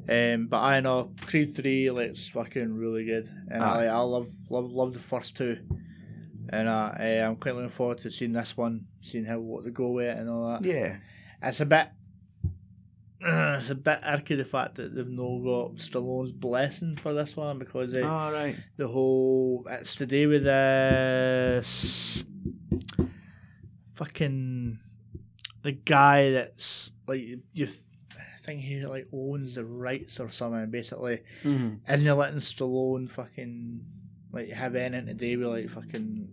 Um, but I know Creed three looks fucking really good, and I,
Aye.
like, I love love love the first two, and uh, eh, I'm quite looking forward to seeing this one, seeing how what they go with it and all that.
yeah.
It's a bit, it's a bit irky the fact that they've no got Stallone's blessing for this one because eh, they,
All right.
the whole it's to do with uh, this fucking the guy that's like you. you th- I think he like owns the rights or something. Basically,
Mhm.
isn't he letting Stallone fucking like have anything to do with like fucking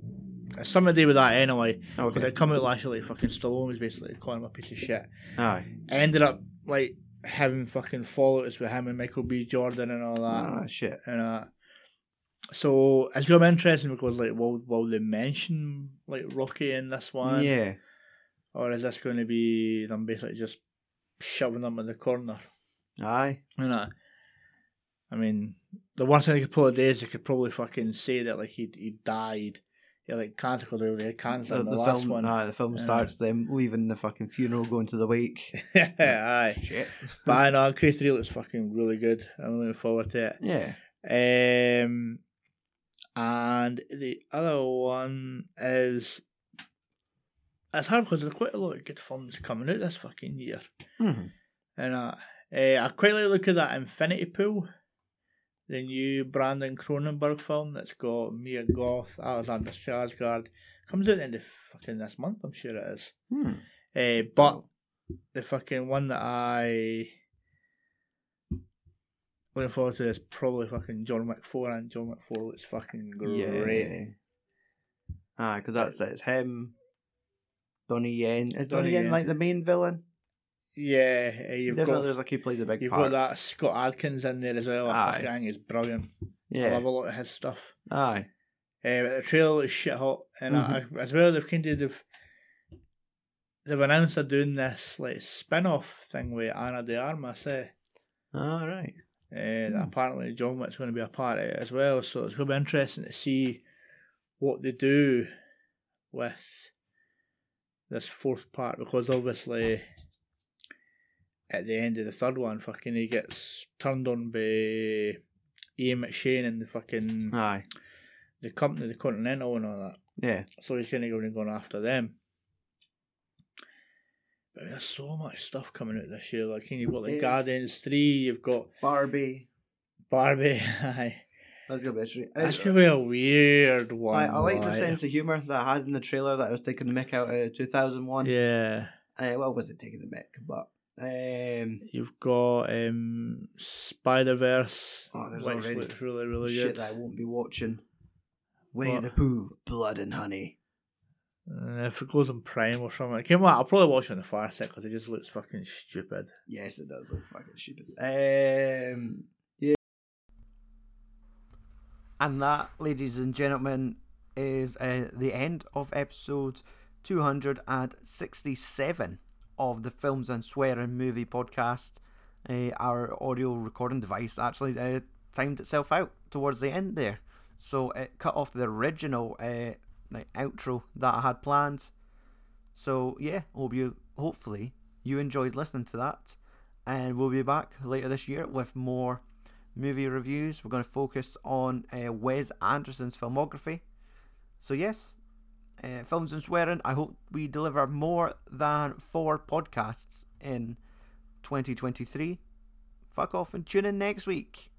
it's something to do with that anyway? Because
Oh, Okay.
it come out last year like fucking Stallone was basically calling him a piece of shit.
Aye.
Ended up like having fucking fallouts with him and Michael B. Jordan and all that
Ah, shit.
and uh, so it's gonna be interesting because like will will they mention like Rocky in this one?
Yeah.
Or is this gonna be them basically just shoving them in the corner?
Aye.
You know. I mean the worst thing they could probably do is they could probably fucking say that like he he died. He had, like cancer because he had cancer
The,
in the,
Uh, the
last
film,
one.
aye, the film
Yeah.
starts them leaving the fucking funeral, going to the wake.
Aye.
Shit.
But I know Creed three looks fucking really good. I'm looking forward to it.
yeah.
Um, and the other one is it's hard because there's quite a lot of good films coming out this fucking year,
Mhm.
and uh, eh, I quite like the look at that Infinity Pool, the new Brandon Cronenberg film that's got Mia Goth, Alexander Skarsgård, comes out at the end of fucking this month, I'm sure it is.
hmm
Uh, but the fucking one that I looking forward to is probably fucking John Wick Four, and John Wick Four looks fucking great.
Yeah. Aye, because that's it. It's him. Donnie Yen. Is Donnie,
Donnie
Yen
Yen.
like the main villain?
yeah, eh, you've
Definitely,
got
there's like he plays a big
you've
part.
got that Scott Adkins in there as well. I
Aye.
think he's brilliant. I
yeah,
love a lot of his stuff.
aye,
Uh, but the trailer is shit hot, and I,
Mm-hmm.
as well they've kind of they've, they've announced they're doing this like spin-off thing with Anna de Armas. Eh?
all right,
Uh, that Apparently, John Wick's going to be a part of it as well, so it's going to be interesting to see what they do with this fourth part because obviously at the end of the third one, fucking he gets turned on by Ian McShane and the fucking
aye,
the company, the Continental, and all that.
yeah,
So he's kind of going and going after them. But there's so much stuff coming out this year. Like, you've got the
Yeah.
Guardians 3, you've got
Barbie.
Barbie. Aye.
That's gonna be interesting.
That's going to be a weird one.
I, I like the sense of humour that I had in the trailer that I was taking the mick out of 2001.
Yeah.
Uh, well, was it taking the mick? But um,
You've got um, Spider Verse,
Oh, there's
which
already
looks really, really
shit
good.
that I won't be watching. Winnie
What?
the Pooh, Blood and Honey.
Uh, if it goes on Prime or something, it came out, I'll probably watch it on the Fire Stick because it just looks fucking stupid.
Yes, it does look fucking stupid. Um, yeah. And that, ladies and gentlemen, is uh, the end of episode 267 of the Films and Swearing Movie podcast. Uh, our audio recording device actually uh, timed itself out towards the end there. So it cut off the original uh, like, outro that I had planned. So yeah, hope you hopefully you enjoyed listening to that, and we'll be back later this year with more movie reviews. We're going to focus on uh, Wes Anderson's filmography. So yes, uh, films and swearing. I hope we deliver more than four podcasts in 2023. Fuck off and tune in next week.